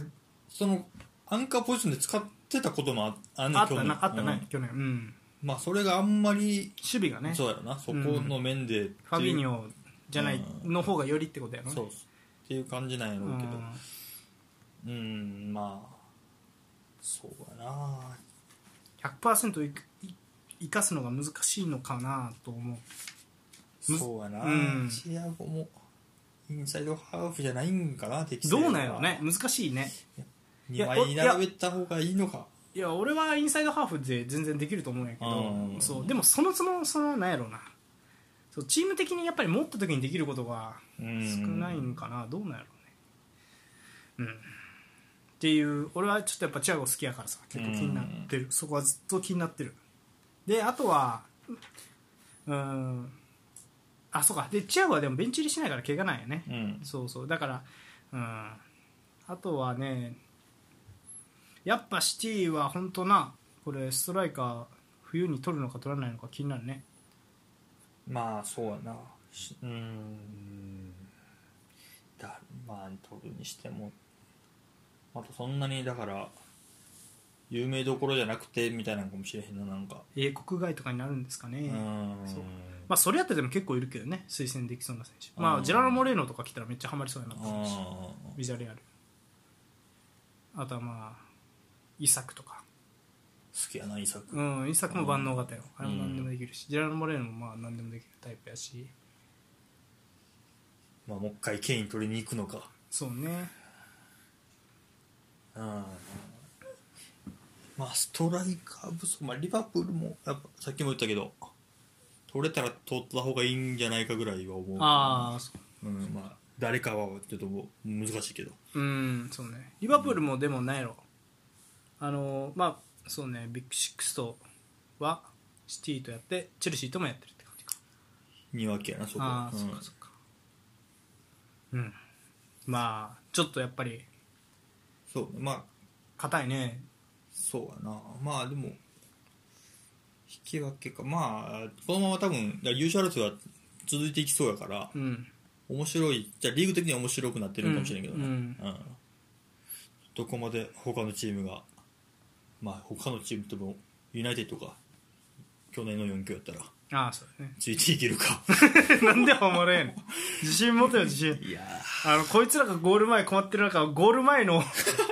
Speaker 2: そのアンカーポジションで使ってたこともああんねん
Speaker 1: あった
Speaker 2: 去年
Speaker 1: なあった
Speaker 2: う
Speaker 1: ね
Speaker 2: ん
Speaker 1: 去年うん
Speaker 2: まあそれがあんまり、
Speaker 1: 守備がね
Speaker 2: そうやろなそこの面で、っていう
Speaker 1: ファビーニョじゃない
Speaker 2: うん
Speaker 1: の方がよりってことやろね
Speaker 2: そうっすっていう感じなんやろうけど
Speaker 1: う
Speaker 2: うんまあそうやなん
Speaker 1: 100%いくい生かすのが難しいのかなと思うむ
Speaker 2: そうやな、
Speaker 1: うん
Speaker 2: チアゴもインサイドハーフじゃないんかな適正
Speaker 1: どうなんやろね難しいねい
Speaker 2: 2
Speaker 1: や
Speaker 2: 枚並べた方がいいのか
Speaker 1: いや俺はインサイドハーフで全然できると思うんやけ
Speaker 2: う
Speaker 1: ど
Speaker 2: ん
Speaker 1: そうでもそのそのそのなんやろうなそうチーム的にやっぱり持った時にできることが
Speaker 2: 少
Speaker 1: 少ないんかなどうなんやろうねうんっていう俺はちょっとやっぱチアゴ好きやからさ結構気になってるそこはずっと気になってるであとはうんあそうかでチアゴはでもベンチ入りしないから怪我なんやね
Speaker 2: うん
Speaker 1: そうそうだからうんあとはねやっぱシティは本当なこれストライカー冬に取るのか取らないのか気になるね
Speaker 2: まあそうやなしうーんだまあ取るにしてもあとそんなにだから有名どころじゃなくてみたいなのかもしれへんななんか
Speaker 1: 英国外とかになるんですかね、
Speaker 2: うーん
Speaker 1: そうまあ、それやったらでも結構いるけどね推薦できそうな選手、
Speaker 2: うん
Speaker 1: まあ、ジェラルモレーノとか来たらめっちゃハマりそうやなと思うし
Speaker 2: あ
Speaker 1: ビジャレアルあとはまあイサクとか
Speaker 2: 好きやなイサク
Speaker 1: うんイサクも万能型よあ
Speaker 2: う
Speaker 1: れ
Speaker 2: ん
Speaker 1: も何でもできるし、ジェラルモレーノもまあ何でもできるタイプやし
Speaker 2: まあもう一回ケイン取りに行くのか
Speaker 1: そうね
Speaker 2: うんまあストライカー不足まあリバプールもやっぱさっきも言ったけど取れたら取った方がいいんじゃないかぐらいは思う
Speaker 1: ああそう
Speaker 2: うん、まあ誰かはちょっともう難しいけど
Speaker 1: うんそうねリバプールもでもなんやろあのーまあそうねビッグシックスとはシティとやってチェルシーともやってるって感じか
Speaker 2: 2分けやなそこ
Speaker 1: ああ
Speaker 2: うん
Speaker 1: そっかそっかうんまあちょっとやっぱり
Speaker 2: そうまあ
Speaker 1: 硬いね
Speaker 2: そうやなまあでも引き分けかまあこのまま多分だから優勝争いは続いていきそうやから
Speaker 1: うん
Speaker 2: 面白いじゃあリーグ的には面白くなってるかもしれんけどね
Speaker 1: うん
Speaker 2: うんどこまで他のチームがまあ他のチームともユナイテッドか去年の4強やったら
Speaker 1: ああそうだね
Speaker 2: ついていけるか
Speaker 1: なんでおもれんの自信持てよ自信
Speaker 2: いやー
Speaker 1: あのこいつらがゴール前困ってる中ゴール前の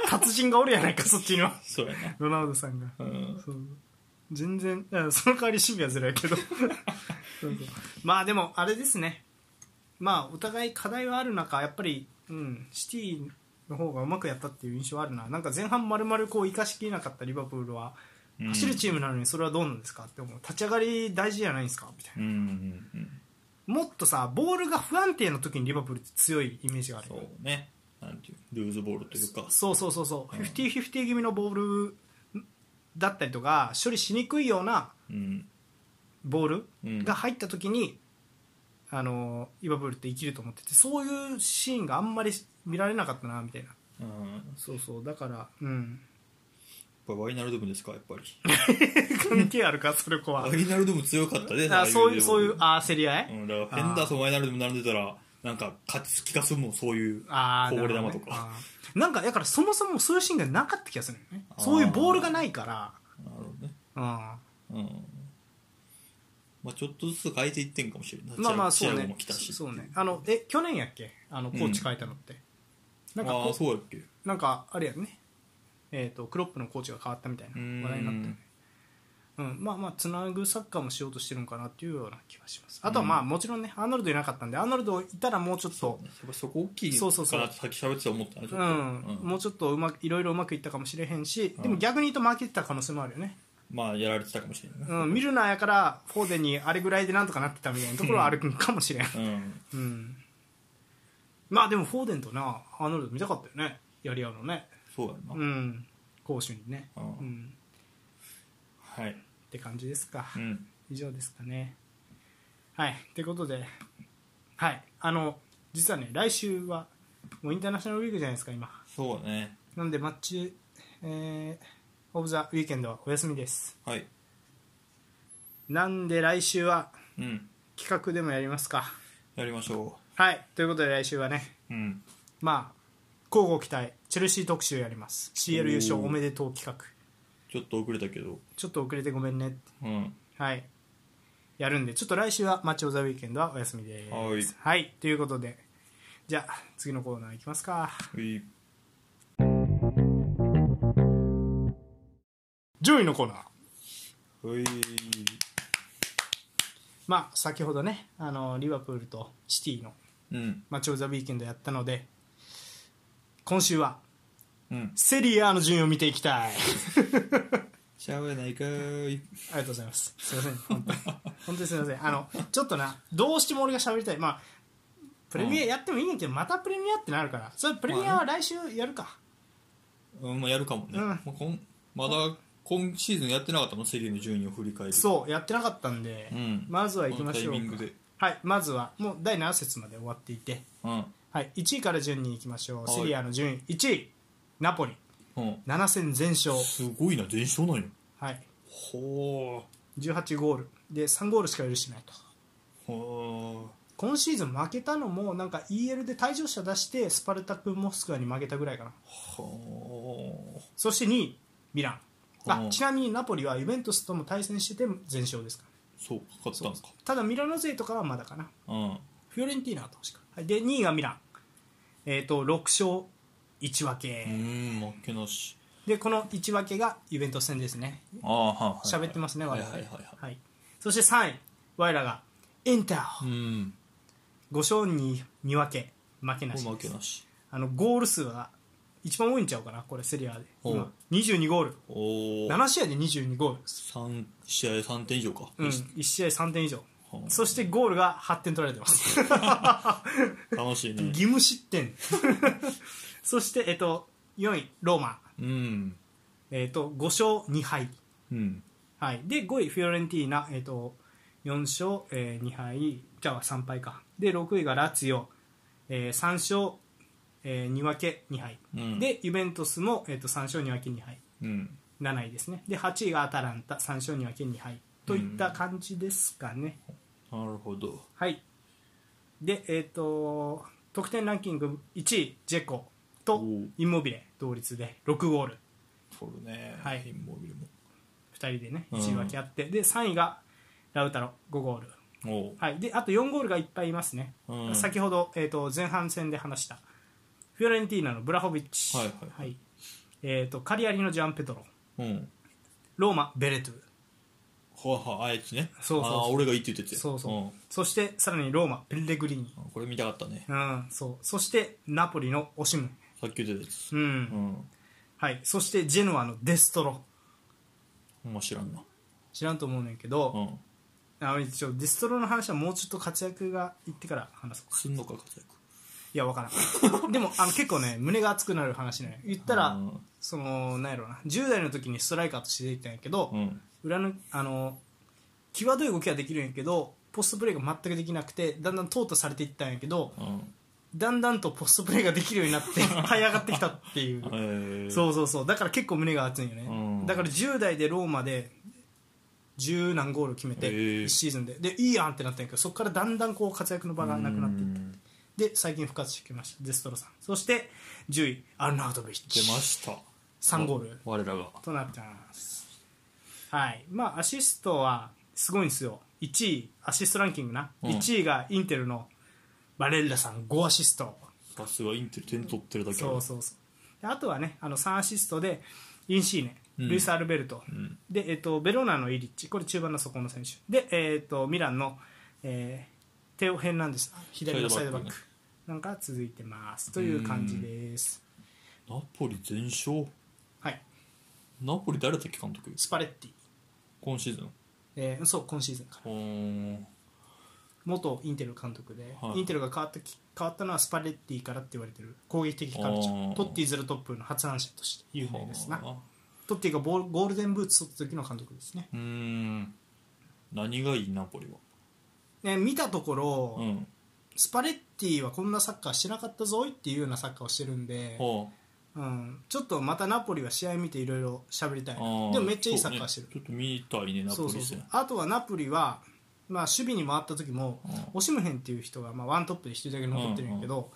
Speaker 1: 達人がおるやないかそっちには
Speaker 2: そうやな
Speaker 1: ロナウドさんが
Speaker 2: うん
Speaker 1: そう全然あその代わり守備はゼロやけど そうそうまあでもあれですねまあお互い課題はある中やっぱり、うん、シティの方がうまくやったっていう印象はあるななんか前半丸々こう生かしきれなかったリバプールは
Speaker 2: うん
Speaker 1: 走るチームなのにそれはどうなんですかって思う立ち上がり大事じゃないですかみたいな
Speaker 2: うんうんうん
Speaker 1: もっとさボールが不安定の時にリバプールって強いイメージがある
Speaker 2: そうねなんていうルーズボールというか
Speaker 1: そうそうそうそう
Speaker 2: うん
Speaker 1: 50/50気味のボールだったりとか処理しにくいような
Speaker 2: うん
Speaker 1: ボール
Speaker 2: うん
Speaker 1: が入った時に、あのリバプールって生きると思っててそういうシーンがあんまり見られなかったなみたいな
Speaker 2: うんやっ
Speaker 1: そうそうだからうん
Speaker 2: ぱワイナルドムですかやっぱり
Speaker 1: 関係あるかそれこは
Speaker 2: ワイナルドム強かったね
Speaker 1: あそういうそういう
Speaker 2: あ
Speaker 1: あー競り合い、
Speaker 2: うん、だからヘンダーソンワイナルドム並んでたらなんか勝ち気がするもんそういう
Speaker 1: あー
Speaker 2: こぼれ球
Speaker 1: なるほど
Speaker 2: と
Speaker 1: ね
Speaker 2: か
Speaker 1: あーなんかだからそもそもそういうシーンがなかった気がするよねそういうボールがないから
Speaker 2: なるほどね
Speaker 1: うん
Speaker 2: うんまあちょっとずつ変えていってんかもしれない
Speaker 1: まあまあ
Speaker 2: チ
Speaker 1: そ
Speaker 2: ア
Speaker 1: う
Speaker 2: ゴ
Speaker 1: ね
Speaker 2: も来たし
Speaker 1: そうねあのえ去年やっけあのコーチ変えたのって、なんか
Speaker 2: あ
Speaker 1: こ
Speaker 2: あ
Speaker 1: う
Speaker 2: そうやっけ
Speaker 1: なんかあれやねえー、とクロップのコーチが変わったみたいな話題になったよねうん、まあまあつなぐサッカーもしようとしてるのかなっていうような気がしますあとはまあもちろんねアーノルドいなかったんでアーノルドいたらもうちょっと
Speaker 2: やっぱそこ大きい
Speaker 1: そうそうそう
Speaker 2: からさっき喋ってた思ったねちょっと
Speaker 1: うん、
Speaker 2: うん
Speaker 1: もうちょっとうまくいろいろうまくいったかもしれへんし、で
Speaker 2: う
Speaker 1: も
Speaker 2: ん
Speaker 1: 逆に言うと負けてた可能性もあるよね、
Speaker 2: まあやられてたかもしれないな
Speaker 1: うん、ミルナーやからフォーデンにあれぐらいでなんとかなってたみたいなところはあるかもしれん、
Speaker 2: うん
Speaker 1: うん、まあでもフォーデンとなアーノルド見たかったよねやり合うのね
Speaker 2: そうやな
Speaker 1: うん攻守にね、
Speaker 2: うん
Speaker 1: うん、
Speaker 2: はい
Speaker 1: って感じですか、
Speaker 2: うん
Speaker 1: 以上ですかねはいということではいあの実はね来週はもうインターナショナルウィークじゃないですか今
Speaker 2: そうだね
Speaker 1: なんでマッチ、えーオブザウィーケンドはお休みです
Speaker 2: はい
Speaker 1: なんで来週は
Speaker 2: うん
Speaker 1: 企画でもやりますか
Speaker 2: やりましょ
Speaker 1: はいということで来週はね
Speaker 2: ううん
Speaker 1: まあ交互期待チェルシー特集やります CL 優勝
Speaker 2: おー
Speaker 1: おめでとう企画
Speaker 2: ちょっと遅れたけど
Speaker 1: ちょっと遅れてごめんねって
Speaker 2: うん
Speaker 1: はいやるんでちょっと来週は「マッチ・オブ・ザ・ウィーケンド」はお休みです
Speaker 2: はい
Speaker 1: はい、ということでじゃあ次のコーナーいきますか
Speaker 2: うい
Speaker 1: 順位のコーナー
Speaker 2: うい
Speaker 1: まあ先ほどねあのリバプールとシティの
Speaker 2: うん
Speaker 1: マッチ・オブ・ザ・ウィーケンドやったので今週は
Speaker 2: うん
Speaker 1: セリアの順位を見ていきたいあ
Speaker 2: しゃあないかーい
Speaker 1: りがとうございますすいません本当に本当にすいませ んあのちょっとなどうしても俺が喋りたいまあプレミアやってもいいねんけどまたプレミアってなるからそれプレミアは来週やるか、
Speaker 2: うんまあやるかもね、
Speaker 1: うん
Speaker 2: まあ、こんまだ今シーズンやってなかったもんセ・リーの順位を振り返る
Speaker 1: そうやってなかったんで、
Speaker 2: うん
Speaker 1: まずは行きましょう
Speaker 2: このタイミングで
Speaker 1: はいまずはもう第7節まで終わっていて、
Speaker 2: うん
Speaker 1: はい、1位から順に行きましょう、
Speaker 2: はい
Speaker 1: セリアの順位1位ナポリ
Speaker 2: うん
Speaker 1: 7戦全勝、
Speaker 2: すごいな全勝なんよ
Speaker 1: はい、
Speaker 2: ほ
Speaker 1: 18ゴールで3ゴールしか許してないと
Speaker 2: ーほ
Speaker 1: 今シーズン負けたのもなんか EL で退場者出してスパルタクモスクワに負けたぐらいかな
Speaker 2: ーほ
Speaker 1: そして2位ミラン
Speaker 2: う
Speaker 1: あ
Speaker 2: ん
Speaker 1: ちなみにナポリはユベントスとも対戦してて全勝ですから
Speaker 2: ーそうかかったんか
Speaker 1: ただミラノ勢とかはまだかな
Speaker 2: うん
Speaker 1: フィオレンティーナとしか、はい、で2位がミラン、えー、と6勝1分け、
Speaker 2: うん負けなし
Speaker 1: でこの1分けがユベントス戦ですね
Speaker 2: ああはいはい
Speaker 1: 喋ってますね
Speaker 2: は
Speaker 1: 我
Speaker 2: い
Speaker 1: 々
Speaker 2: はいはいはい
Speaker 1: はいそして3位我らがインター
Speaker 2: うん
Speaker 1: 5勝 2, 2分け負けなし
Speaker 2: これ
Speaker 1: で
Speaker 2: 負け
Speaker 1: す
Speaker 2: なし
Speaker 1: あのゴール数は一番多いんちゃうかなこれセリアで
Speaker 2: おう
Speaker 1: 今22ゴール
Speaker 2: おお
Speaker 1: 7試合で22ゴールです、
Speaker 2: 3試合3点以上か、
Speaker 1: うん、1試合3点以上
Speaker 2: ほう
Speaker 1: そしてゴールが8点取られてます
Speaker 2: 楽しいね
Speaker 1: 義務失点 そして、えっと、4位ローマ、
Speaker 2: うん
Speaker 1: えっと、5勝2敗、
Speaker 2: うん
Speaker 1: はい、で5位フィオレンティーナ、えっと、4勝、えー2敗じゃあ3敗かで6位がラツィオ、えー3勝、えー2分け2敗、
Speaker 2: うん
Speaker 1: でユベントスも、えっと、3勝2分け2敗
Speaker 2: うん
Speaker 1: 7位ですねで8位がアタランタ3勝2分け2敗といった感じですかね、
Speaker 2: なるほど
Speaker 1: はいでえっ、と得点ランキング1位ジェコと
Speaker 2: おう
Speaker 1: インモビレ同率で6ゴール
Speaker 2: 取るね
Speaker 1: はい
Speaker 2: インモビルも
Speaker 1: 2人でね
Speaker 2: うん
Speaker 1: 1位分け合って、で3位がラウタロ5ゴール
Speaker 2: おう
Speaker 1: はい、であと4ゴールがいっぱいいますね、
Speaker 2: うん
Speaker 1: 先ほど、えー、と前半戦で話したフィオレンティーナのブラホビッチ、
Speaker 2: はいはいはい
Speaker 1: えー、とカリアリのジャン・ペトロ
Speaker 2: うん
Speaker 1: ローマ、ベレトゥ
Speaker 2: ほははあやつね
Speaker 1: そうそうそう
Speaker 2: あー俺がいいって言ってて
Speaker 1: そうそう、そしてさらにローマ、ペレグリーニ、
Speaker 2: んこれ見たかったね
Speaker 1: うん、そうそしてナポリのオシム、
Speaker 2: さっき言ってたやつ
Speaker 1: うん
Speaker 2: うん
Speaker 1: はい、そしてジェノアのデストロ
Speaker 2: ほんま知らんな
Speaker 1: 知らんと思うねんけ
Speaker 2: う
Speaker 1: ど、
Speaker 2: ん
Speaker 1: あのちょデストロの話はもうちょっと活躍がいってから話そうか
Speaker 2: すんのか活躍
Speaker 1: いやわからん でもあの結構ね胸が熱くなる話ね言ったら、
Speaker 2: うん
Speaker 1: そのなんやろうな10代の時にストライカーとして出てきたんやけど、
Speaker 2: うん
Speaker 1: 裏のあの際どい動きはできるんやけどポストプレーが全くできなくてだんだん淘汰されていったんやけど
Speaker 2: うん
Speaker 1: だんだんとポストプレーができるようになって 這い上がってきたっていう
Speaker 2: えー
Speaker 1: そうそうそうだから結構胸が熱いんよね、
Speaker 2: うん
Speaker 1: だから10代でローマで10何ゴール決めて
Speaker 2: へー
Speaker 1: 1シーズンででいいやんってなったんやけどそこからだんだんこう活躍の場がなくなっていって
Speaker 2: うん
Speaker 1: で最近復活してきましたデストロさんそして10位アルナウドビッチ
Speaker 2: 出ました
Speaker 1: 3ゴール
Speaker 2: 我らが
Speaker 1: となってますはいまあアシストはすごいんですよ1位アシストランキングな、
Speaker 2: うん
Speaker 1: 1位がインテルのバレッラさん5アシスト
Speaker 2: さすがインテル点取ってるだけある
Speaker 1: そうそうそうであとはねあの3アシストでインシーネ
Speaker 2: うん
Speaker 1: ルイス・アルベルト、
Speaker 2: ん
Speaker 1: で、えっとベローナのイリッチこれ中盤の底の選手で、えっとミランの、えーテオ・ヘンなんです左のサイドバック
Speaker 2: サイ
Speaker 1: な
Speaker 2: ドバック
Speaker 1: んか続いてますという感じです、
Speaker 2: ナポリ全勝
Speaker 1: はい、
Speaker 2: ナポリ誰だったっけ監督
Speaker 1: スパレッティ、
Speaker 2: 今シーズン
Speaker 1: えーそう今シーズンから
Speaker 2: うーん
Speaker 1: 元インテル監督で、
Speaker 2: はい
Speaker 1: インテルが変わったき変わったのはスパレッティからって言われてる攻撃的カルチャ
Speaker 2: あ
Speaker 1: ー
Speaker 2: ー
Speaker 1: トッティゼロトップの発案者として有名ですな
Speaker 2: はあ
Speaker 1: トッティがボールゴールデンブーツ取った時の監督ですね
Speaker 2: うーん何がいいナポリは
Speaker 1: ね見たところ、
Speaker 2: うん
Speaker 1: スパレッティはこんなサッカーしてなかったぞいっていうようなサッカーをしてるんで、
Speaker 2: は
Speaker 1: うん、ちょっとまたナポリは試合見ていろいろ喋りたい
Speaker 2: あ
Speaker 1: な
Speaker 2: あー
Speaker 1: でもめっちゃいいサッカーしてる
Speaker 2: そうねちょっと見たいねナポ
Speaker 1: そう
Speaker 2: リ
Speaker 1: そう
Speaker 2: です
Speaker 1: そう
Speaker 2: ね
Speaker 1: あとはナポリは、まあ、守備に回った時も
Speaker 2: うん
Speaker 1: オシムヘンっていう人が、まあ、ワントップで一人だけ残ってるんやけど、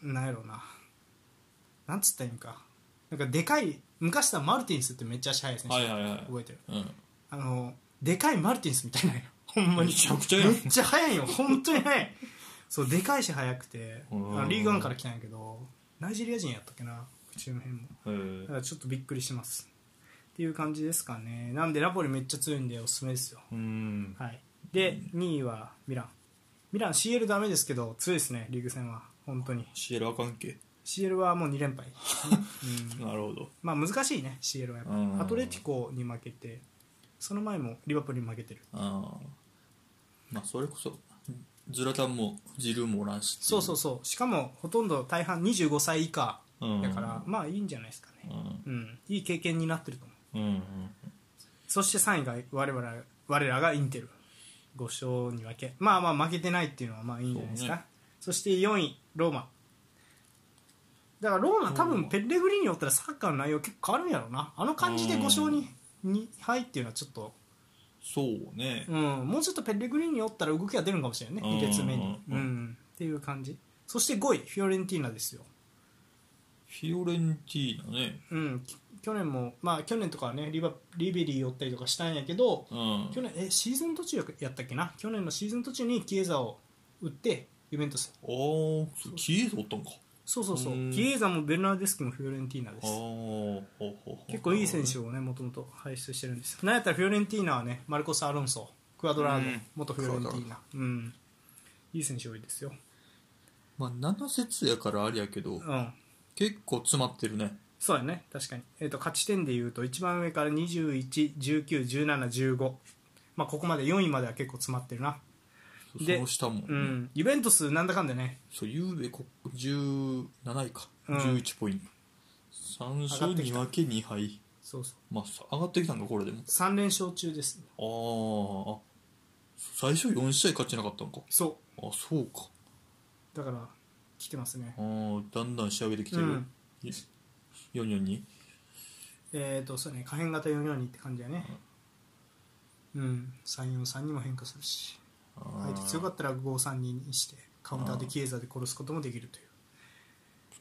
Speaker 1: なんやろうななんつったらいいんかなんかでかい昔だマルティンスってめっちゃ足速い選手、
Speaker 2: はいはいはい
Speaker 1: 覚えてる
Speaker 2: うん
Speaker 1: あのでかいマルティンスみたいなよ ほんまに
Speaker 2: めちゃくちゃやん
Speaker 1: めっちゃ速いよ本当に速いそうでかいし速くてあ
Speaker 2: うん
Speaker 1: のリーグワンから来たんやけどナイジェリア人やったっけな中の辺も
Speaker 2: へ
Speaker 1: だ
Speaker 2: ー
Speaker 1: からちょっとびっくりしますっていう感じですかねなんでラポリめっちゃ強いんでおすすめですよ
Speaker 2: うん
Speaker 1: はいで2位はミランミラン CL ダメですけど強いですねリーグ戦は本当に
Speaker 2: CL あかんけ
Speaker 1: CL はもう2連 敗、うん、
Speaker 2: なるほど
Speaker 1: まあ難しいね CL はやっぱり
Speaker 2: うん
Speaker 1: アトレティコに負けてその前もリバプールに負けてる
Speaker 2: ああまあそれこそズラタンもジルーもおらんし
Speaker 1: そうそうそうしかもほとんど大半25歳以下
Speaker 2: うん
Speaker 1: だから、まあいいんじゃないですか
Speaker 2: う
Speaker 1: ね
Speaker 2: ん
Speaker 1: うんいい経験になってると思う
Speaker 2: うんうん
Speaker 1: そして3位が我々我らがインテル5勝2分けまあまあ負けてないっていうのはまあいいんじゃないですか
Speaker 2: そう
Speaker 1: そ,、して4位ローマだからローマ多
Speaker 2: ロー
Speaker 1: 分
Speaker 2: マ
Speaker 1: ペレグリーによったらサッカーの内容結構変わるんやろうなあの感じで5勝に2敗っていうのはちょっと
Speaker 2: そうね
Speaker 1: うん、もうちょっとペレグリーニにおったら動きが出るのかもしれないね
Speaker 2: うん
Speaker 1: 2列目に、
Speaker 2: う
Speaker 1: うんんっていう感じそして5位フィオレンティーナですよ、
Speaker 2: フィオレンティーナね
Speaker 1: うん、き去年もまあ去年とかはねリバリベリー寄ったりとかしたんやけど
Speaker 2: うん
Speaker 1: 去年えシーズン途中やったっけな去年のシーズン途中にキエザを打ってユベントス
Speaker 2: あーそうキエゾおったんか
Speaker 1: そうそうそう
Speaker 2: うん
Speaker 1: キエザもベルナーデスキもフィオレンティーナで
Speaker 2: ああ
Speaker 1: す
Speaker 2: ほうほうほう
Speaker 1: 結構いい選手をねもともと輩出してるんですなんやったらフィオレンティーナはねマルコス・アロンソクアドラード、
Speaker 2: うん
Speaker 1: 元フィオレンティーナ、うん、いい選手多いですよ、
Speaker 2: まあ7節やからあれやけど
Speaker 1: うん、
Speaker 2: 結構詰まってるね
Speaker 1: そうやね確かに、えー、と勝ち点でいうと一番上から21191715、まあ、ここまで4位までは結構詰まってるな、
Speaker 2: そ
Speaker 1: で
Speaker 2: その下も、
Speaker 1: うん、ユベントスなんだかんだね
Speaker 2: そうゆうべこ17位か、
Speaker 1: うん
Speaker 2: 11ポイント3勝
Speaker 1: 上がってき
Speaker 2: 2
Speaker 1: た
Speaker 2: 分け2敗
Speaker 1: そうそう
Speaker 2: まあさ上がってきたんかこれでも
Speaker 1: 3連勝中です
Speaker 2: あーあ最初4試合勝ちなかったのか
Speaker 1: そ
Speaker 2: あそうか
Speaker 1: うだから来てますね
Speaker 2: あーだんだん仕上げてきて
Speaker 1: う
Speaker 2: る、
Speaker 1: ん
Speaker 2: 442
Speaker 1: えっ、とそうね可変型442って感じやねうん343にも変化するし
Speaker 2: あ
Speaker 1: 相手
Speaker 2: ー
Speaker 1: 強かったら532にしてカウンターでキエザで殺すこともできるとい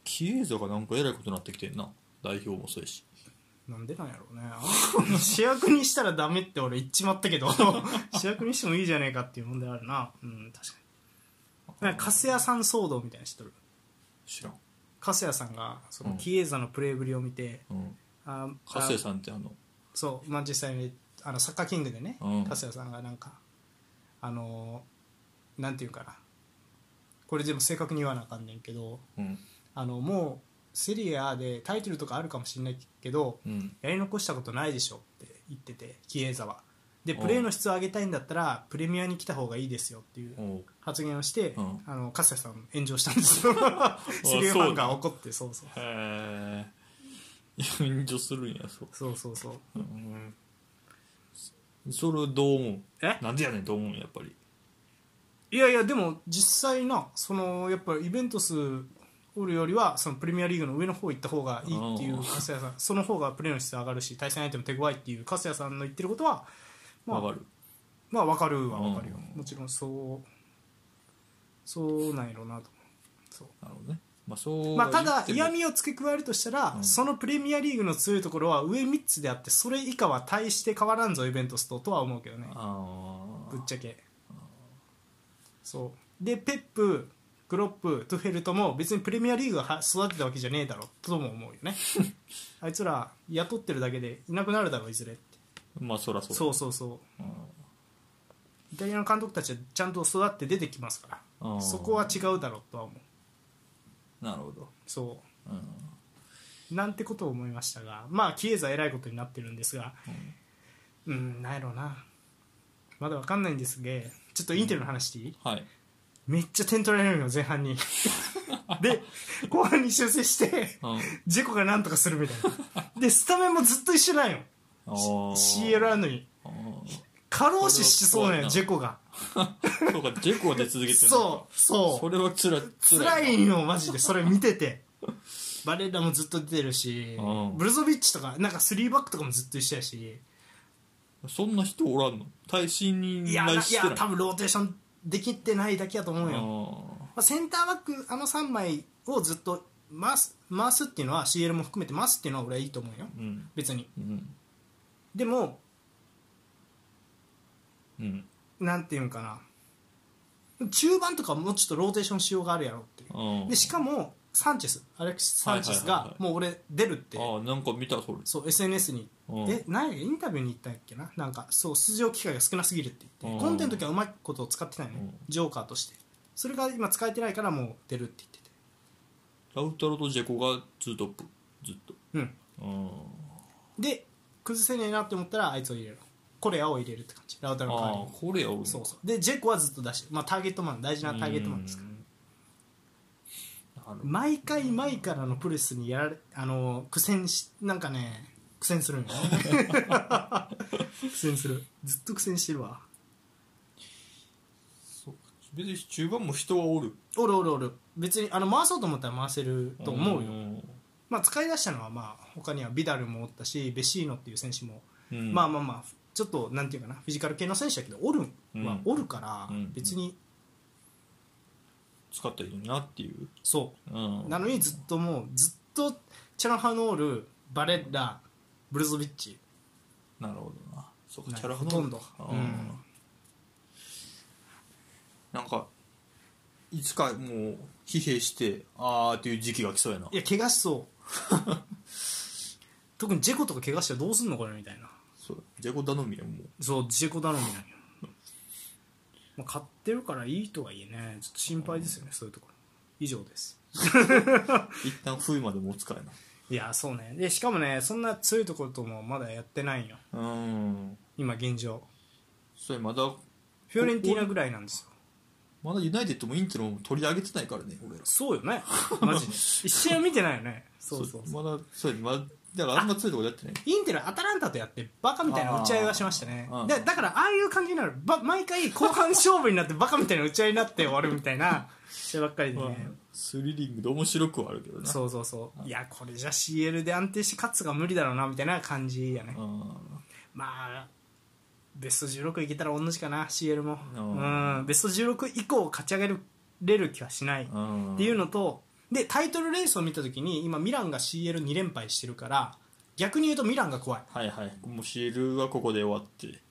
Speaker 2: キエザがなんかえらいことになってきてんな代表もそうやし
Speaker 1: うなんでなんやろ うねあの主役にしたらダメって俺言っちまったけど 主役にしてもいいじゃねえかっていう問題あるなうん確かになんかカスヤさん騒動みたいなの知っとる
Speaker 2: 知らん、
Speaker 1: カスヤさんがそうの
Speaker 2: ん
Speaker 1: キエザのプレーぶりを見て、
Speaker 2: うん、
Speaker 1: あー
Speaker 2: 加瀬さんってあの
Speaker 1: そうマンチェスターユナイテッドあのサッカーキングでね、
Speaker 2: うん
Speaker 1: カスヤさんがなんかあのーなんていうかなこれでも正確に言わなあかんねんけど
Speaker 2: うん
Speaker 1: あのもうセリアでタイトルとかあるかもしれないけど
Speaker 2: うん
Speaker 1: やり残したことないでしょって言っててキエーザはで
Speaker 2: うん
Speaker 1: プレーの質を上げたいんだったらプレミアに来た方がいいですよっていう
Speaker 2: おう
Speaker 1: 発言をして、
Speaker 2: うん
Speaker 1: あのカスヤさん炎上したんです よ セリアファンが怒ってそうそう
Speaker 2: へえ炎上するんやそう
Speaker 1: そうそうそう
Speaker 2: うんそれどう思う
Speaker 1: え
Speaker 2: なんでやねんどう思うやっぱり
Speaker 1: いやいやでも実際なそのやっぱりイベントスおるよりはそのプレミアリーグの上の方行った方がいいっていう
Speaker 2: うん
Speaker 1: 粕谷さんその方がプレーの質上がるし対戦相手も手強いっていう粕谷さんの言ってることはま
Speaker 2: わか
Speaker 1: あ
Speaker 2: る
Speaker 1: まあ分かるは分かるよ
Speaker 2: うん
Speaker 1: もちろんそうそうなんやろうなとそ
Speaker 2: なるほどねまあそう
Speaker 1: う、まあ、ただ
Speaker 2: 言っ
Speaker 1: 嫌
Speaker 2: ても
Speaker 1: 味を付け加えるとしたら
Speaker 2: うん
Speaker 1: そのプレミアリーグの強いところは上3つであってそれ以下は大して変わらんぞイベントスととは思うけどね
Speaker 2: あ
Speaker 1: ぶっちゃけそうでペップクロップトゥフェルとも別にプレミアリーグがは育てたわけじゃねえだろとも思うよ ねあいつら雇ってるだけでいなくなるだろいずれって
Speaker 2: あまあそらそう
Speaker 1: そうそうそう
Speaker 2: うん
Speaker 1: イタリアの監督たちはちゃんと育って出てきますか
Speaker 2: あー
Speaker 1: らそこは違うだろうとは思う
Speaker 2: なるほど
Speaker 1: そ
Speaker 2: うん
Speaker 1: うなんてことを思いましたがまあキエザ偉いことになってるんですがうんなんやろうなまだわかんないんですがちょっとインテルの話していい
Speaker 2: はい
Speaker 1: めっちゃ点取られるのよ前半にで後半に修正して
Speaker 2: うん
Speaker 1: ジェコがなんとかするみたいなでスタメンもずっと一緒なんよ
Speaker 2: あー
Speaker 1: CL あるのに
Speaker 2: あー
Speaker 1: 過労死しそうなん
Speaker 2: これは怖いな
Speaker 1: よジェコが
Speaker 2: そうかジェコが出続けてる
Speaker 1: そう
Speaker 2: うそ
Speaker 1: そう
Speaker 2: れはつら
Speaker 1: 辛いよマジでそれ見ててバレッラもずっと出てるし
Speaker 2: うん
Speaker 1: ブルゾビッチとかなんか3バックとかもずっと一緒やし
Speaker 2: そんな人おらんの耐震に
Speaker 1: いやない
Speaker 2: 対して
Speaker 1: や
Speaker 2: ない
Speaker 1: 多分ローテーションできてないだけやと思うよ
Speaker 2: あ
Speaker 1: まあ、センターバックあの3枚をずっと回す回すっていうのは CL も含めて回すっていうのは俺はいいと思うよ
Speaker 2: うん
Speaker 1: 別に
Speaker 2: うん
Speaker 1: でも
Speaker 2: うん
Speaker 1: なんていうんかな中盤とかもうちょっとローテーションしようがあるやろっていう
Speaker 2: うん
Speaker 1: でしかもサンチェスアレックス・サンチェス
Speaker 2: はいはい
Speaker 1: が
Speaker 2: はい
Speaker 1: もう俺出るって
Speaker 2: ああなんか見たそれ
Speaker 1: そう SNS に
Speaker 2: うん
Speaker 1: え何やインタビューに行ったんやっけななんかそう出場機会が少なすぎるって言っ
Speaker 2: うん
Speaker 1: てコンテの時はうまいことを使ってたよね、
Speaker 2: うん
Speaker 1: ジョーカーとしてそれが今使えてないからもう出るって言ってて
Speaker 2: ラウタロとジェコがツートップずっと
Speaker 1: うん
Speaker 2: うん
Speaker 1: で崩せねえなって思ったらあいつを入れるコレアを入れるって感じラウタ
Speaker 2: あ
Speaker 1: ロの代わ
Speaker 2: あこれや
Speaker 1: り
Speaker 2: おるの
Speaker 1: にそうそうでジェコはずっと出して、まあ、ターゲットマン大事なターゲットマンですから
Speaker 2: うんなるほど
Speaker 1: 毎回前からのプレスにやられあの苦戦しなんかね 苦戦するんよね苦戦するずっと苦戦してるわ
Speaker 2: そうか別に中盤も人はおる
Speaker 1: おるおるおる別にあの回そうと思ったら回せると思うよ、
Speaker 2: ん
Speaker 1: まあ、使い出したのは、まあ、他にはビダルもおったしベシーノっていう選手も、
Speaker 2: うん
Speaker 1: まあまあまあちょっとなんていうかなフィジカル系の選手だけどおる
Speaker 2: うん
Speaker 1: んはおるから、
Speaker 2: うん
Speaker 1: 別に
Speaker 2: 使ったらいいなっていう
Speaker 1: そううんなのにずっともうずっとチャラハノールバレッラブルゾビッチ
Speaker 2: なるほどなそうか
Speaker 1: な
Speaker 2: チャラ
Speaker 1: ほ
Speaker 2: ハノ
Speaker 1: とんど、
Speaker 2: う
Speaker 1: うんん、
Speaker 2: なんかいつかもう疲弊してああっていう時期が来そうやない
Speaker 1: や怪我しそう 特にジェコとか怪我したらどうすんのこれみたいな
Speaker 2: そうジェコ頼みやもう
Speaker 1: そうジェコ頼みなんよ、まあ、買ってるからいいとはいえねちょっと心配ですよねそういうところ以上です
Speaker 2: 一旦冬まで持つかやない
Speaker 1: やそうねでしかもねそんな強いところともまだやってないんよ
Speaker 2: うん
Speaker 1: 今現状
Speaker 2: それまだ
Speaker 1: フィオレンティーナぐらいなんですよ
Speaker 2: まだユナイテッドもインテルも取り上げてないからね俺ら
Speaker 1: そうよねマジで一試合見てないよねそうそうそう
Speaker 2: まだそうやまだだからあんま強いとこやってない
Speaker 1: インテルアタランタとやってバカみたいな打ち合いはしましたね
Speaker 2: あー
Speaker 1: でだからああいう感じになるば毎回後半勝負になってバカみたいな打ち合いになって終わるみたいな試合ばっかりでね、
Speaker 2: スリリングで面白くはあるけどな
Speaker 1: そうそうそういやこれじゃ CL で安定して勝つが無理だろうなみたいな感じやね
Speaker 2: うん
Speaker 1: まあベスト16いけたら同じかな CL も
Speaker 2: う
Speaker 1: うんベスト16以降勝ち上げれる気はしないっ
Speaker 2: うん
Speaker 1: ていうのとでタイトルレースを見た時に今ミランが CL2 連敗してるから逆に言うとミランが怖い、
Speaker 2: はいはいもうシールはここで終わって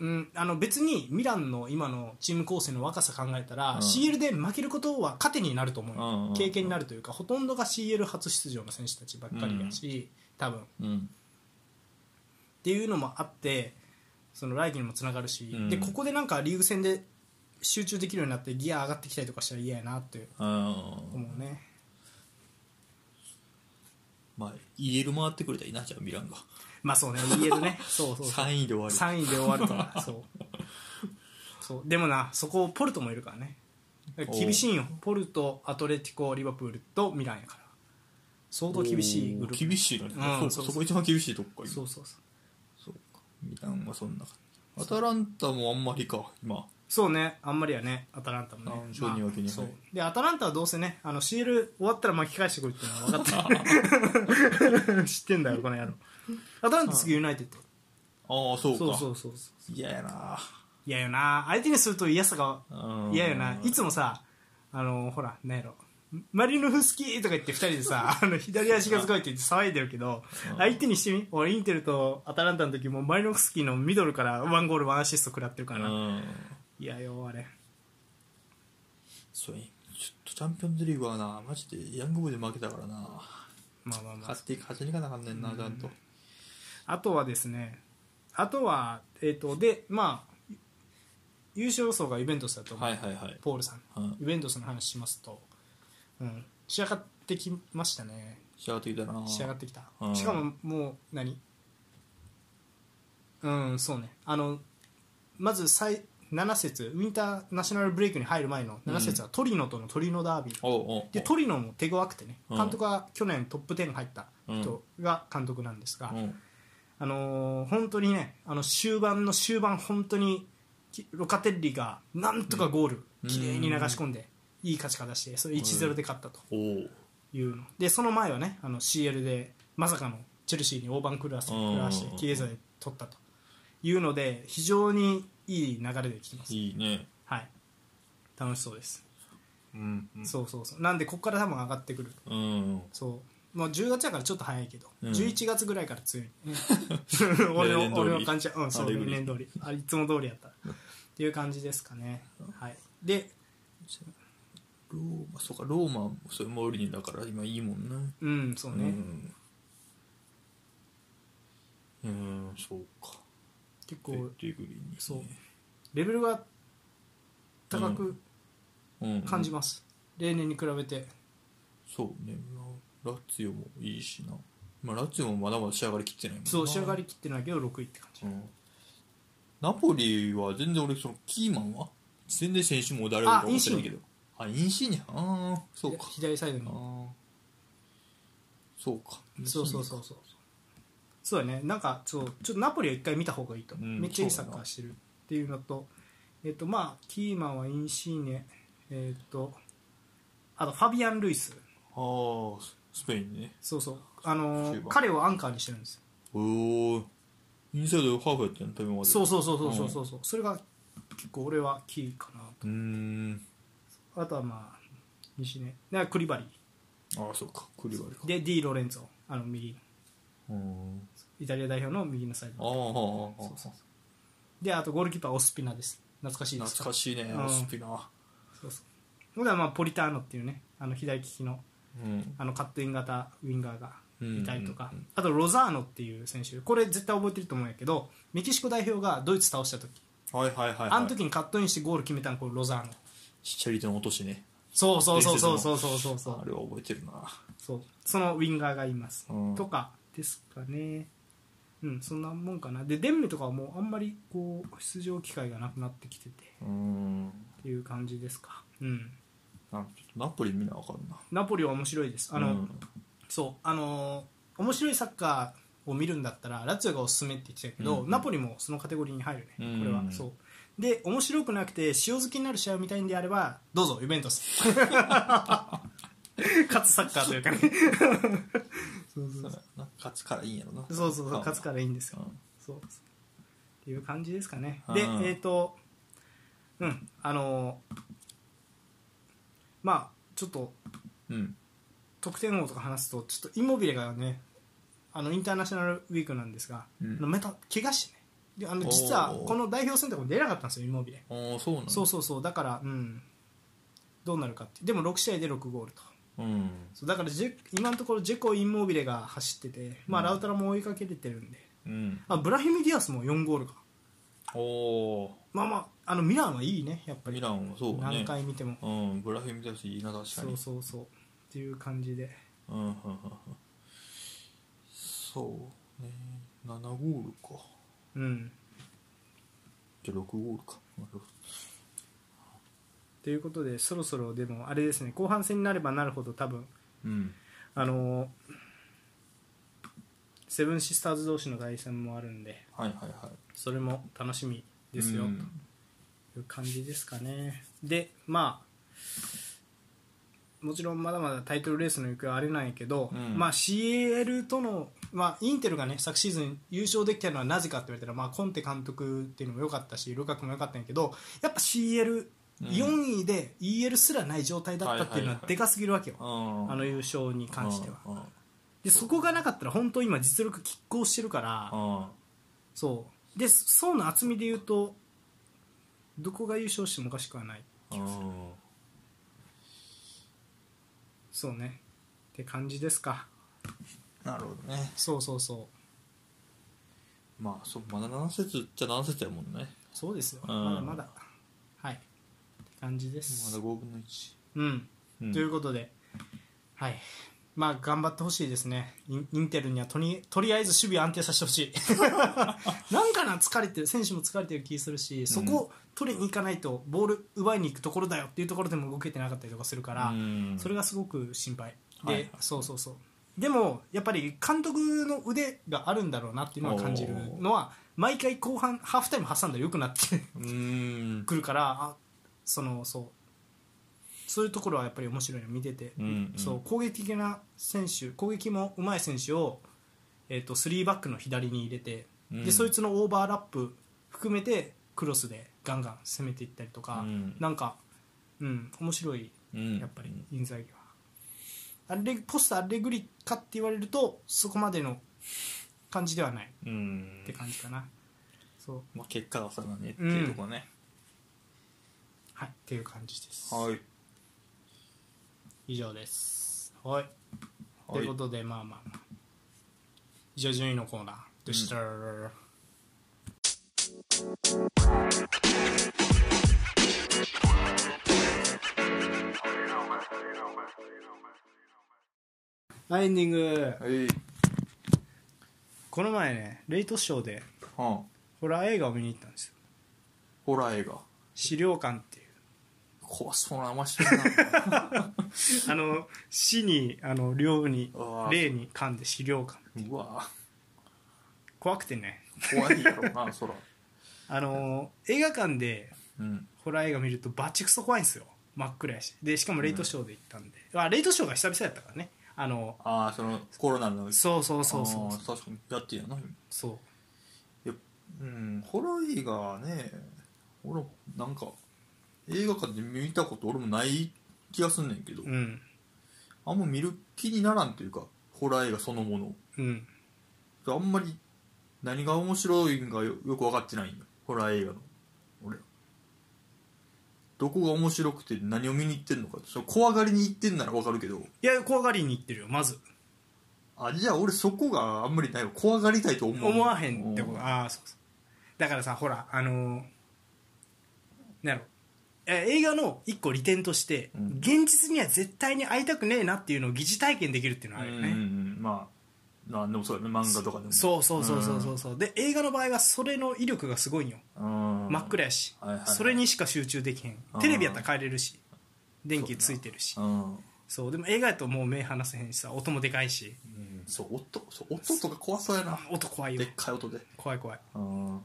Speaker 1: うん、あの別にミランの今のチーム構成の若さ考えたら、
Speaker 2: うん
Speaker 1: CL で負けることは糧になると思うよ、
Speaker 2: うん
Speaker 1: 経験になるというかほとんどが CL 初出場の選手たちばっかりだし、多分
Speaker 2: うん
Speaker 1: っていうのもあってその来季にもつながるし、
Speaker 2: うん
Speaker 1: でここでなんかリーグ戦で集中できるようになってギア上がってきたりとかしたら嫌やなって
Speaker 2: うん
Speaker 1: 思うね、
Speaker 2: まあ EL 回ってくれたらいいなじゃあミランが
Speaker 1: まあそうね EL ねそうそうそう
Speaker 2: 3位で終わる
Speaker 1: 3位で終わるから そうそうでもなそこポルトもいるからねだから厳しいんよポルトアトレティコリバプールとミランやから相当厳しいグループ
Speaker 2: 厳しいな、
Speaker 1: うん
Speaker 2: そう
Speaker 1: そうそ
Speaker 2: かそうこ一番厳しいとこか今
Speaker 1: そうそうそう
Speaker 2: そうかミランはそんな感じアタランタもあんまりか今
Speaker 1: そうねあんまりやねアタランタもね
Speaker 2: あそうには気に入ら
Speaker 1: そ
Speaker 2: ないう
Speaker 1: でアタランタはどうせねあのシール終わったら巻き返してくるっていうのは分かって る知ってんだよこの野郎アタランタ次ユナイテッ
Speaker 2: ああそう
Speaker 1: ド
Speaker 2: か
Speaker 1: そうそうそうそう
Speaker 2: 嫌やな
Speaker 1: 嫌よな相手にすると嫌さが
Speaker 2: うん
Speaker 1: 嫌よないつもさあのほらなんやろマリノフスキーとか言って2人でさ あの左足がすごいって言って騒いでるけど相手にしてみ俺インテルとアタランタの時もマリノフスキーのミドルからワンゴールワンアシスト食らってるか
Speaker 2: う
Speaker 1: らなん嫌よあれ
Speaker 2: そうやちょっとチャンピオンズリーグはなマジでヤングボーイで負けたからな
Speaker 1: まあまあまあ
Speaker 2: 勝って勝ちにいかなあかんねんなちゃんと
Speaker 1: あとはですね、あとは、えっ、と、で、まあ、優勝予想がイベントスだと思う、
Speaker 2: はいはいはい
Speaker 1: ポールさん。
Speaker 2: うん
Speaker 1: イベントスの話しますと、うん、仕上がってきましたね。
Speaker 2: 仕上がってきたな
Speaker 1: 仕上がってきた。
Speaker 2: うん
Speaker 1: しかも、もう何、うん、そうね。あの、まず最、7節、ウィンターナショナルブレイクに入る前の7節はトリノとのトリノダービー。
Speaker 2: おうおうおう
Speaker 1: でトリノも手強くてね
Speaker 2: うん
Speaker 1: 監督は去年トップ10入った人が監督なんですが、
Speaker 2: うん
Speaker 1: あのー本当にねあの終盤の終盤本当にきロカテッリがなんとかゴール
Speaker 2: うん
Speaker 1: 綺麗に流し込んでいい勝ち方してそれ1-0で勝ったと
Speaker 2: おう
Speaker 1: いうのでその前はねあの CL でまさかのチェルシーに大番狂わせ
Speaker 2: うん
Speaker 1: 狂わしてキエザで取ったというので非常にいい流れできてます、
Speaker 2: いいね
Speaker 1: はい、楽しそうです
Speaker 2: うんうん
Speaker 1: そうそうそうなんでここから多分上がってくる
Speaker 2: うん
Speaker 1: そうもう10月やからちょっと早いけど、
Speaker 2: うん
Speaker 1: 11月ぐらいから 強い 俺
Speaker 2: 例年通
Speaker 1: の
Speaker 2: り
Speaker 1: 俺の感じはうんそ
Speaker 2: あ
Speaker 1: う
Speaker 2: 例
Speaker 1: 例
Speaker 2: 年
Speaker 1: 年通りあいつも通りやったっていう感じですかねはいで
Speaker 2: ローマそうかローマもそれもりにだから今いいもんな
Speaker 1: うんそうね、
Speaker 2: うんうんそうか
Speaker 1: 結
Speaker 2: レ
Speaker 1: 構
Speaker 2: ッドイグリーンに
Speaker 1: そうレベルが高く
Speaker 2: うん
Speaker 1: 感じます、例年に比べて
Speaker 2: そうねララツィオもいいしなまあラツィオもまだまだ仕上がりきってないもんな
Speaker 1: そう仕上がりきってないけど6位って感じ
Speaker 2: うんナポリは全然俺そのキーマンは全然選手も誰
Speaker 1: あ
Speaker 2: か分かってないけどあインシーニャああそうか
Speaker 1: 左サイドに
Speaker 2: ああそうか
Speaker 1: そうそうそうそうそうだねなんかそうちょっとナポリは一回見た方がいいと思う、
Speaker 2: うん
Speaker 1: めっちゃいいサッカーしてるっていうのとえっ、とまあキーマンはインシーネえっ、とあとファビアン・ルイス
Speaker 2: ああスペインね
Speaker 1: そうそうあの
Speaker 2: 中
Speaker 1: ー
Speaker 2: 盤
Speaker 1: 彼をアンカーにしてるんですよ
Speaker 2: おおインサイドハーフやったの多分まで
Speaker 1: そううそうそうそうそうそうそうそれが結構俺はキーかな
Speaker 2: うーん
Speaker 1: とあとはまあ西ねでクリバリ
Speaker 2: ああそうかクリバリか
Speaker 1: ーで D ・ロレンゾあの右
Speaker 2: うーん
Speaker 1: イタリア代表の右のサイ
Speaker 2: ああ
Speaker 1: ド
Speaker 2: あああ
Speaker 1: そう
Speaker 2: あ
Speaker 1: そうそうであとゴールキーパーオスピナです懐かしいです
Speaker 2: 懐かしいね
Speaker 1: うん
Speaker 2: オスピナ
Speaker 1: そうそうほんならまあポリターノっていうねあの左利きの
Speaker 2: うん
Speaker 1: あのカットイン型ウィンガーがいたりとか、
Speaker 2: うんうん
Speaker 1: あとロザーノっていう選手これ絶対覚えてると思うんやけどメキシコ代表がドイツ倒した時、
Speaker 2: はいはいはいはい
Speaker 1: あの時にカットインしてゴール決めたのこれロザーノ
Speaker 2: シチャリテの落としね
Speaker 1: そうそうそうそうそうそうそうそ
Speaker 2: あ
Speaker 1: う
Speaker 2: れは覚えてるな
Speaker 1: そうそのウィンガーがいます、
Speaker 2: うん
Speaker 1: とかですかねうんそんなもんかなでデンメとかはもうあんまりこう出場機会がなくなってきてて
Speaker 2: うーん
Speaker 1: っていう感じですかうん
Speaker 2: なんかちょっとナポリ見なあかんな
Speaker 1: ナポリは面白いですあの、
Speaker 2: うん
Speaker 1: そうあのー面白いサッカーを見るんだったらラツィオがおすすめって言ってたけど、
Speaker 2: うん
Speaker 1: ナポリもそのカテゴリーに入るね、
Speaker 2: うん
Speaker 1: これはそうで面白くなくて塩漬けになる試合を見たいんであればどうぞユベントス 勝つサッカーというかねそう
Speaker 2: そ
Speaker 1: そうう
Speaker 2: やな勝つからいいんやろな
Speaker 1: そうそうそう勝つからいいんですよ
Speaker 2: ら
Speaker 1: そうっていう感じですかねで
Speaker 2: うん
Speaker 1: えっ、とうんあのーまあちょっと
Speaker 2: うん
Speaker 1: 得点王とか話すとちょっとインモビレがねあのインターナショナルウィークなんですが、
Speaker 2: うん
Speaker 1: あのまた怪我してねであの実は
Speaker 2: おー
Speaker 1: この代表戦とかも出なかったんですよインモビレ、
Speaker 2: ああそうなんだ
Speaker 1: そうそうそうだからうんどうなるかってでも6試合で6ゴールと
Speaker 2: うん
Speaker 1: そうだからジェ今のところジェコインモビレが走ってて、まあ、
Speaker 2: うん
Speaker 1: ラウタラも追いかけててるんで、
Speaker 2: うん
Speaker 1: あブラヒミ・ディアスも4ゴールか
Speaker 2: おお
Speaker 1: まあまああのミランはいいねやっぱ
Speaker 2: ミ
Speaker 1: り、
Speaker 2: ランはそうね
Speaker 1: 何回見ても、
Speaker 2: うんブラフィミだしいいな確か
Speaker 1: そ
Speaker 2: に
Speaker 1: うそうそうっていう感じで
Speaker 2: うんうんうんうんそうね7ゴールか
Speaker 1: うん
Speaker 2: じゃあ6ゴールか
Speaker 1: ということでそろそろでもあれですね後半戦になればなるほど多分
Speaker 2: うん
Speaker 1: あのーセブンシスターズ同士の対戦もあるんで
Speaker 2: はいはいはい
Speaker 1: それも楽しみですよ、
Speaker 2: うん
Speaker 1: という感じですかねでまあもちろんまだまだタイトルレースの行方はあれないけど、
Speaker 2: うん
Speaker 1: まあ、CL との、まあ、インテルがね昨シーズン優勝できたのはなぜかって言われたら、まあ、コンテ監督っていうのも良かったしルカクも良かったんやけどやっぱ CL4
Speaker 2: うん
Speaker 1: 位で EL すらない状態だったっていうの
Speaker 2: はい
Speaker 1: は
Speaker 2: はいはい
Speaker 1: でかすぎるわけよ、
Speaker 2: あ
Speaker 1: あの優勝に関しては。
Speaker 2: ああ
Speaker 1: でそこがなかったら本当今実力拮抗してるから
Speaker 2: あ
Speaker 1: そうで層の厚みでいうとどこが優勝してもおかしくはない
Speaker 2: ああ
Speaker 1: そうねって感じですか
Speaker 2: なるほどね
Speaker 1: そうそうそう
Speaker 2: まあそうまだ7節っちゃ7節やもんね
Speaker 1: そうですよ
Speaker 2: うん
Speaker 1: まだまだはいって感じで
Speaker 2: ますだ5分の1
Speaker 1: うん、
Speaker 2: うん
Speaker 1: ということではいまあ頑張ってほしいですねインインテルにはとにとりあえず守備安定させてほし いなんかな疲れてる選手も疲れてる気するしそこを取りに行かないとボール奪いに行くところだよっていうところでも動けてなかったりとかするから、
Speaker 2: うん
Speaker 1: それがすごく心配で、
Speaker 2: はいはい
Speaker 1: そうそうそうでもやっぱり監督の腕があるんだろうなっていうのは感じるのは毎回後半ハーフタイム挟んだら良くなって
Speaker 2: うーん
Speaker 1: くるからあそのそうそういうところはやっぱり面白いの見てて、
Speaker 2: うんうん
Speaker 1: そう攻撃的な選手攻撃もうまい選手を、えー、と3バックの左に入れて、
Speaker 2: うん
Speaker 1: でそいつのオーバーラップ含めてクロスでガンガン攻めていったりとか、
Speaker 2: うん
Speaker 1: なんか、うん、面白い
Speaker 2: うん
Speaker 1: やっぱりインザーギはアレポストアレグリかって言われるとそこまでの感じではない
Speaker 2: うん
Speaker 1: って感じかな、そう
Speaker 2: まあ、結果がさだねっていうところね、
Speaker 1: はいっていう感じです、
Speaker 2: はい
Speaker 1: 以上ですはいと
Speaker 2: はいいう
Speaker 1: ことでまあまあまあ以上順位のコーナーでした、はいエンディング
Speaker 2: はい
Speaker 1: この前ねレイトショーで
Speaker 2: はあ
Speaker 1: ホラー映画を見に行ったんですよ
Speaker 2: ホラー映画
Speaker 1: 資料館っていう
Speaker 2: 怖そうな名前してる な
Speaker 1: あの死にあの両に
Speaker 2: うわ
Speaker 1: 霊に噛んで資料館
Speaker 2: うわ
Speaker 1: 怖くてね
Speaker 2: 怖いやろなそら
Speaker 1: あの映画館で
Speaker 2: うん
Speaker 1: ホラー映画見るとバチクソ怖いんですよ真っ暗やしでしかもレイトショーで行ったんで、あレイトショーが久々やったからねあの
Speaker 2: ああそのコロナの
Speaker 1: そうそうそうそう
Speaker 2: あー確かにやってるよな
Speaker 1: そう
Speaker 2: うんホラー映画はね俺なんか映画館で見たこと俺もない気がすんねんけど、
Speaker 1: うん
Speaker 2: あんま見る気にならんというかホラー映画そのもの
Speaker 1: うん
Speaker 2: あんまり何が面白いんかよよく分かってないんよホラー映画の俺どこが面白くて何を見に行ってんのかその怖がりに行ってんなら分かるけど
Speaker 1: いや怖がりに行ってるよまず
Speaker 2: あじゃあ俺そこがあんまりないわ怖がりたいと思う
Speaker 1: 思わへんってこと
Speaker 2: う
Speaker 1: ああそうそうだからさほらあのーなんやろえ映画の一個利点として、
Speaker 2: うん
Speaker 1: 現実には絶対に会いたくねえなっていうのを疑似体験できるっていうのはあ
Speaker 2: う
Speaker 1: るよ
Speaker 2: ん
Speaker 1: ね、
Speaker 2: うんうんまあなんでもそうやね漫画とかでも
Speaker 1: そうそうそうそうそうそうで映画の場合はそれの威力がすごいんよ
Speaker 2: うん
Speaker 1: 真っ暗やし、
Speaker 2: はいはいはい
Speaker 1: それにしか集中できへん
Speaker 2: うん
Speaker 1: テレビやったら帰れるし電気ついてるし
Speaker 2: うん、
Speaker 1: そうでも映画やともう目離せへんしさ音もでかいし
Speaker 2: そう音そう音とか怖そうやな
Speaker 1: 音怖いよ
Speaker 2: でっかい音で
Speaker 1: 怖い怖い
Speaker 2: うん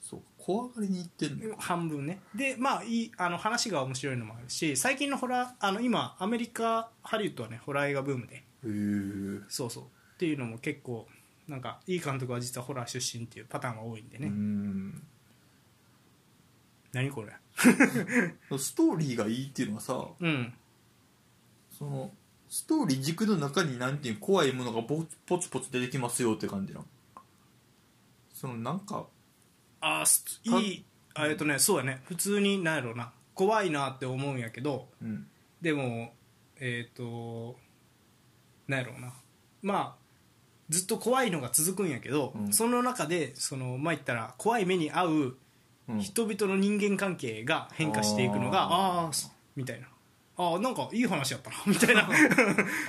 Speaker 2: そう怖がりに行ってんの
Speaker 1: 半分ねでまあいいあの話が面白いのもあるし最近のホラーあの今アメリカハリウッドはねホラー映画ブームで
Speaker 2: へえ
Speaker 1: そうそうっていうのも結構なんかいい監督は実はホラー出身っていうパターンが多いんでね、
Speaker 2: うん
Speaker 1: 何これ
Speaker 2: ストーリーがいいっていうのはさ
Speaker 1: うん
Speaker 2: そのストーリー軸の中になんていう怖いものがぼポツポツ出てきますよって感じなんそのなんか
Speaker 1: あーすいいあえっとねそうやね普通になんやろうな怖いなって思うんやけど
Speaker 2: うん
Speaker 1: でもえっ、となんやろうなまあずっと怖いのが続くんやけど、
Speaker 2: うん
Speaker 1: その中でそのまあ言ったら怖い目に遭う
Speaker 2: うん
Speaker 1: 人々の人間関係が変化していくのが、
Speaker 2: あ
Speaker 1: ああーそみたいなあーなんかいい話やったな みたいな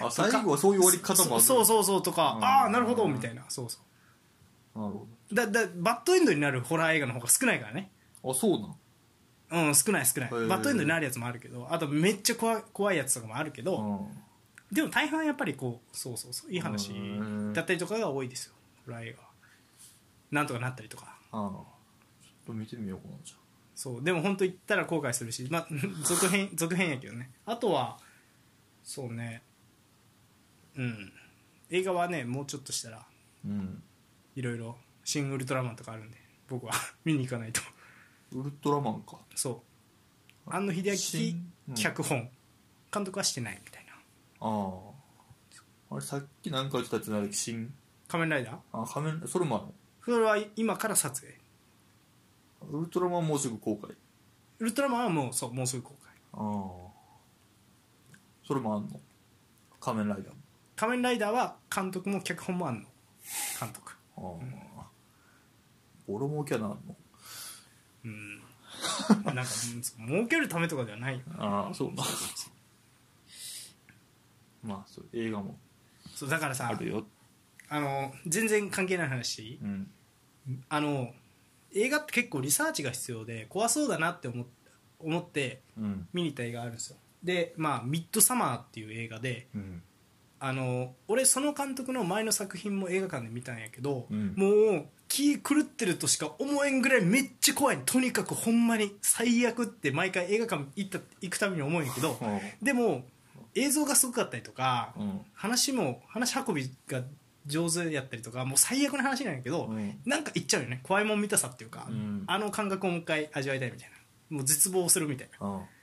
Speaker 2: あ最後はそういう終わり方もある
Speaker 1: そうそうそうとか
Speaker 2: うん
Speaker 1: ああなるほどみたいなそうそう
Speaker 2: なるほ
Speaker 1: だだバッドエンドになるホラー映画の方が少ないからね
Speaker 2: どあそうなん
Speaker 1: うん少ない少ない
Speaker 2: へー
Speaker 1: バッドエンドになるやつもあるけどあとめっちゃ怖い怖いやつとかもあるけど、
Speaker 2: うん
Speaker 1: でも大半やっぱりこうそうそうそういい話
Speaker 2: うん
Speaker 1: だったりとかが多いですよホラー映画はなんとかなったりとか
Speaker 2: ああちょっと見てみようかなじゃ
Speaker 1: そうでも本当言ったら後悔するし、まあ、 続編続編やけどねあとはそうねうん映画はねもうちょっとしたら
Speaker 2: あうん
Speaker 1: いろいろ「シン・ウルトラマン」とかあるんで僕は 見に行かないと
Speaker 2: ウルトラマンか
Speaker 1: そう庵野秀
Speaker 2: シンう
Speaker 1: 明
Speaker 2: ん
Speaker 1: 脚本監督はしてないみたいな
Speaker 2: あああれさっき何か言ってたってなる新
Speaker 1: 「仮面ライダー
Speaker 2: あ仮面それもある」
Speaker 1: それは今から撮影
Speaker 2: のウルトラマンもうすぐ公開
Speaker 1: ウルトラマンはもうそうもうすぐ公開
Speaker 2: ああそれもあんの仮面ライダー
Speaker 1: 仮面ライダーは監督も脚本もあんの監督
Speaker 2: もああボロ儲けはなあんの
Speaker 1: うん なんかうん儲けるためとかではないよ
Speaker 2: ああそうな まあそう映画も
Speaker 1: そうだからさ
Speaker 2: あるよ
Speaker 1: あの全然関係ない話
Speaker 2: うん
Speaker 1: あの映画って結構リサーチが必要で怖そうだなって思っ思って
Speaker 2: うん
Speaker 1: 見に行った映画あるんですよでまあ「ミッドサマー」っていう映画で
Speaker 2: うん
Speaker 1: あの俺その監督の前の作品も映画館で見たんやけど、
Speaker 2: うん
Speaker 1: もう気狂ってるとしか思えんぐらいめっちゃ怖いとにかくほんまに最悪って毎回映画館行った行くたびに思うんやけ ど
Speaker 2: あ
Speaker 1: でも映像がすごかったりとか、
Speaker 2: あうん
Speaker 1: 話も話運びが上手やったりとかもう最悪な話なんやけど、
Speaker 2: うん
Speaker 1: なんかいっちゃうよね怖いもん見たさっていうか、
Speaker 2: うん
Speaker 1: あの感覚をもう一回味わいたいみたいなもう絶望するみたいな
Speaker 2: ああ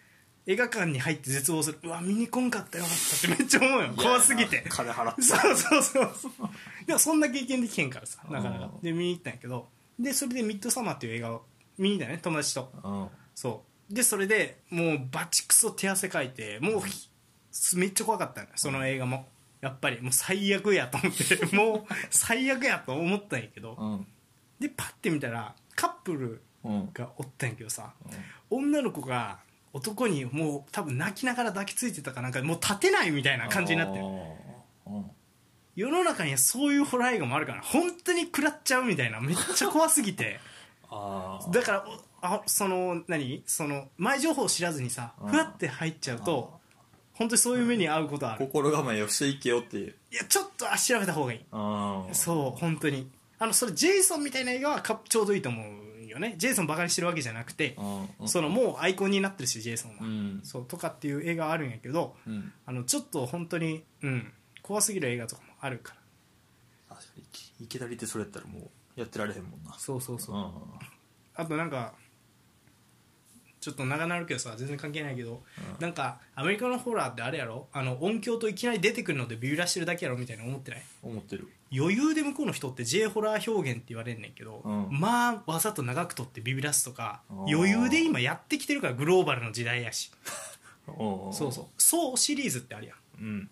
Speaker 1: 映画館に入って絶望するうわ見に来んかったよかったってめっ ちゃ思うよ怖すぎて
Speaker 2: 金払って
Speaker 1: そうそうそうそうでもそんな経験できへんからさなかなか
Speaker 2: うん
Speaker 1: で見に行ったんやけどでそれで「ミッドサマー」っていう映画を見に行ったよね友達と
Speaker 2: うん
Speaker 1: そうでそれでもうバチクソ手汗かいてもうひめっちゃ怖かったのよその映画もやっぱりもう最悪やと思って もう最悪やと思ったんやけど
Speaker 2: うん
Speaker 1: でパッて見たらカップル
Speaker 2: うん
Speaker 1: がおったんやけどさ女の子が男にもう多分泣きながら抱きついてたかなんかもう立てないみたいな感じになってる
Speaker 2: うん
Speaker 1: 世の中にはそういうホラー映画もあるから本当に食らっちゃうみたいなめっちゃ怖すぎて
Speaker 2: あー
Speaker 1: だからおあその何その前情報を知らずにさ
Speaker 2: うん
Speaker 1: ふわって入っちゃうと本当にそういう目に遭うことある
Speaker 2: 心構えをしていけよっていう
Speaker 1: いやちょっとあ調べた方がいい
Speaker 2: あー
Speaker 1: そう本当にあのそれジェイソンみたいな映画はかちょうどいいと思うよねジェイソンバカにしてるわけじゃなくて
Speaker 2: うんうん
Speaker 1: そのもうアイコンになってるしジェイソンは、
Speaker 2: うん
Speaker 1: そうとかっていう映画はあるんやけど
Speaker 2: うん
Speaker 1: あのちょっと本当にうん怖すぎる映画とかもあるから
Speaker 2: 確かにいきなりってそれやったらもうやってられへんもんな
Speaker 1: そうそうそう
Speaker 2: うん
Speaker 1: あとなんかちょっと長なるけどさ全然関係ないけど、
Speaker 2: うん
Speaker 1: なんかアメリカのホラーってあれやろあの音響といきなり出てくるのでビビらしてるだけやろみたいな思ってない
Speaker 2: 思ってる
Speaker 1: 余裕で向こうの人って J ホラー表現って言われんねんけど、
Speaker 2: うん
Speaker 1: まあわざと長く撮ってビビらすとか
Speaker 2: あー
Speaker 1: 余裕で今やってきてるからグローバルの時代やしそ
Speaker 2: そう
Speaker 1: そうそうシリーズってあるやん
Speaker 2: うん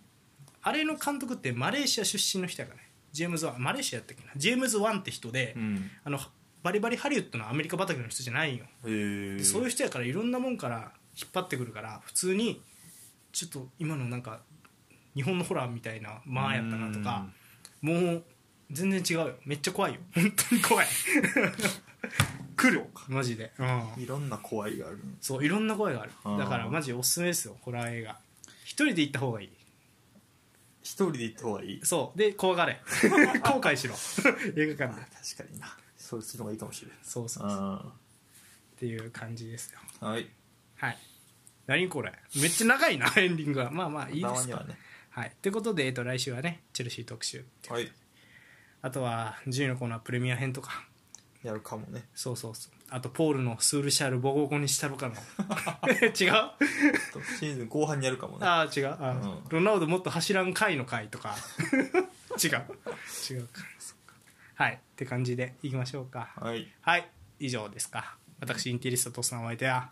Speaker 1: あれの監督ってマレーシア出身の人やからねジェームズ・ワンマレーシアやったっけなジェームズ・ワンって人で、
Speaker 2: うん
Speaker 1: あのバリバリハリウッドのアメリカ畑の人じゃないんよ
Speaker 2: へえ
Speaker 1: でそういう
Speaker 2: う
Speaker 1: 人やからいろんなもんから引っ張ってくるから普通にちょっと今のなんか日本のホラーみたいな間やったなとかもう全然違うよめっちゃ怖いよ 本当に怖い来るマジで、うん、
Speaker 2: いろんな怖いがある
Speaker 1: そういろんな声がある
Speaker 2: あー
Speaker 1: だからマジおすすめですよホラー映画一人で行った方がいい
Speaker 2: 一人で行った方がいい
Speaker 1: そうで怖 がれ後悔 しろ映画
Speaker 2: あ
Speaker 1: 館で
Speaker 2: ー確かになそうするのがいいかもしれない
Speaker 1: そうそうそう
Speaker 2: う
Speaker 1: っていう感じですよ
Speaker 2: んはい
Speaker 1: はい何これめっちゃ長いなエンディングはまあまあいい
Speaker 2: た
Speaker 1: で
Speaker 2: ますに
Speaker 1: か
Speaker 2: はね
Speaker 1: はい、ということで、えっと、来週はねチェルシー特集
Speaker 2: はい
Speaker 1: あとは10のコーナープレミア編とか
Speaker 2: やるかもね
Speaker 1: そうそうそうあとポールのスールシャールボコボコにしたろ かの違うあ
Speaker 2: ちょっとシーズン後半にやるかもね
Speaker 1: あ違うあ、
Speaker 2: うん
Speaker 1: ロナウドもっと走らん回の回とか 違う違うかそっかはいって感じでいきましょうか
Speaker 2: はい
Speaker 1: はい以上ですか私インテリストとっさんお相手は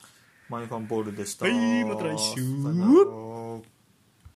Speaker 2: マイファンボールでした
Speaker 1: はいまた来週
Speaker 2: さよなら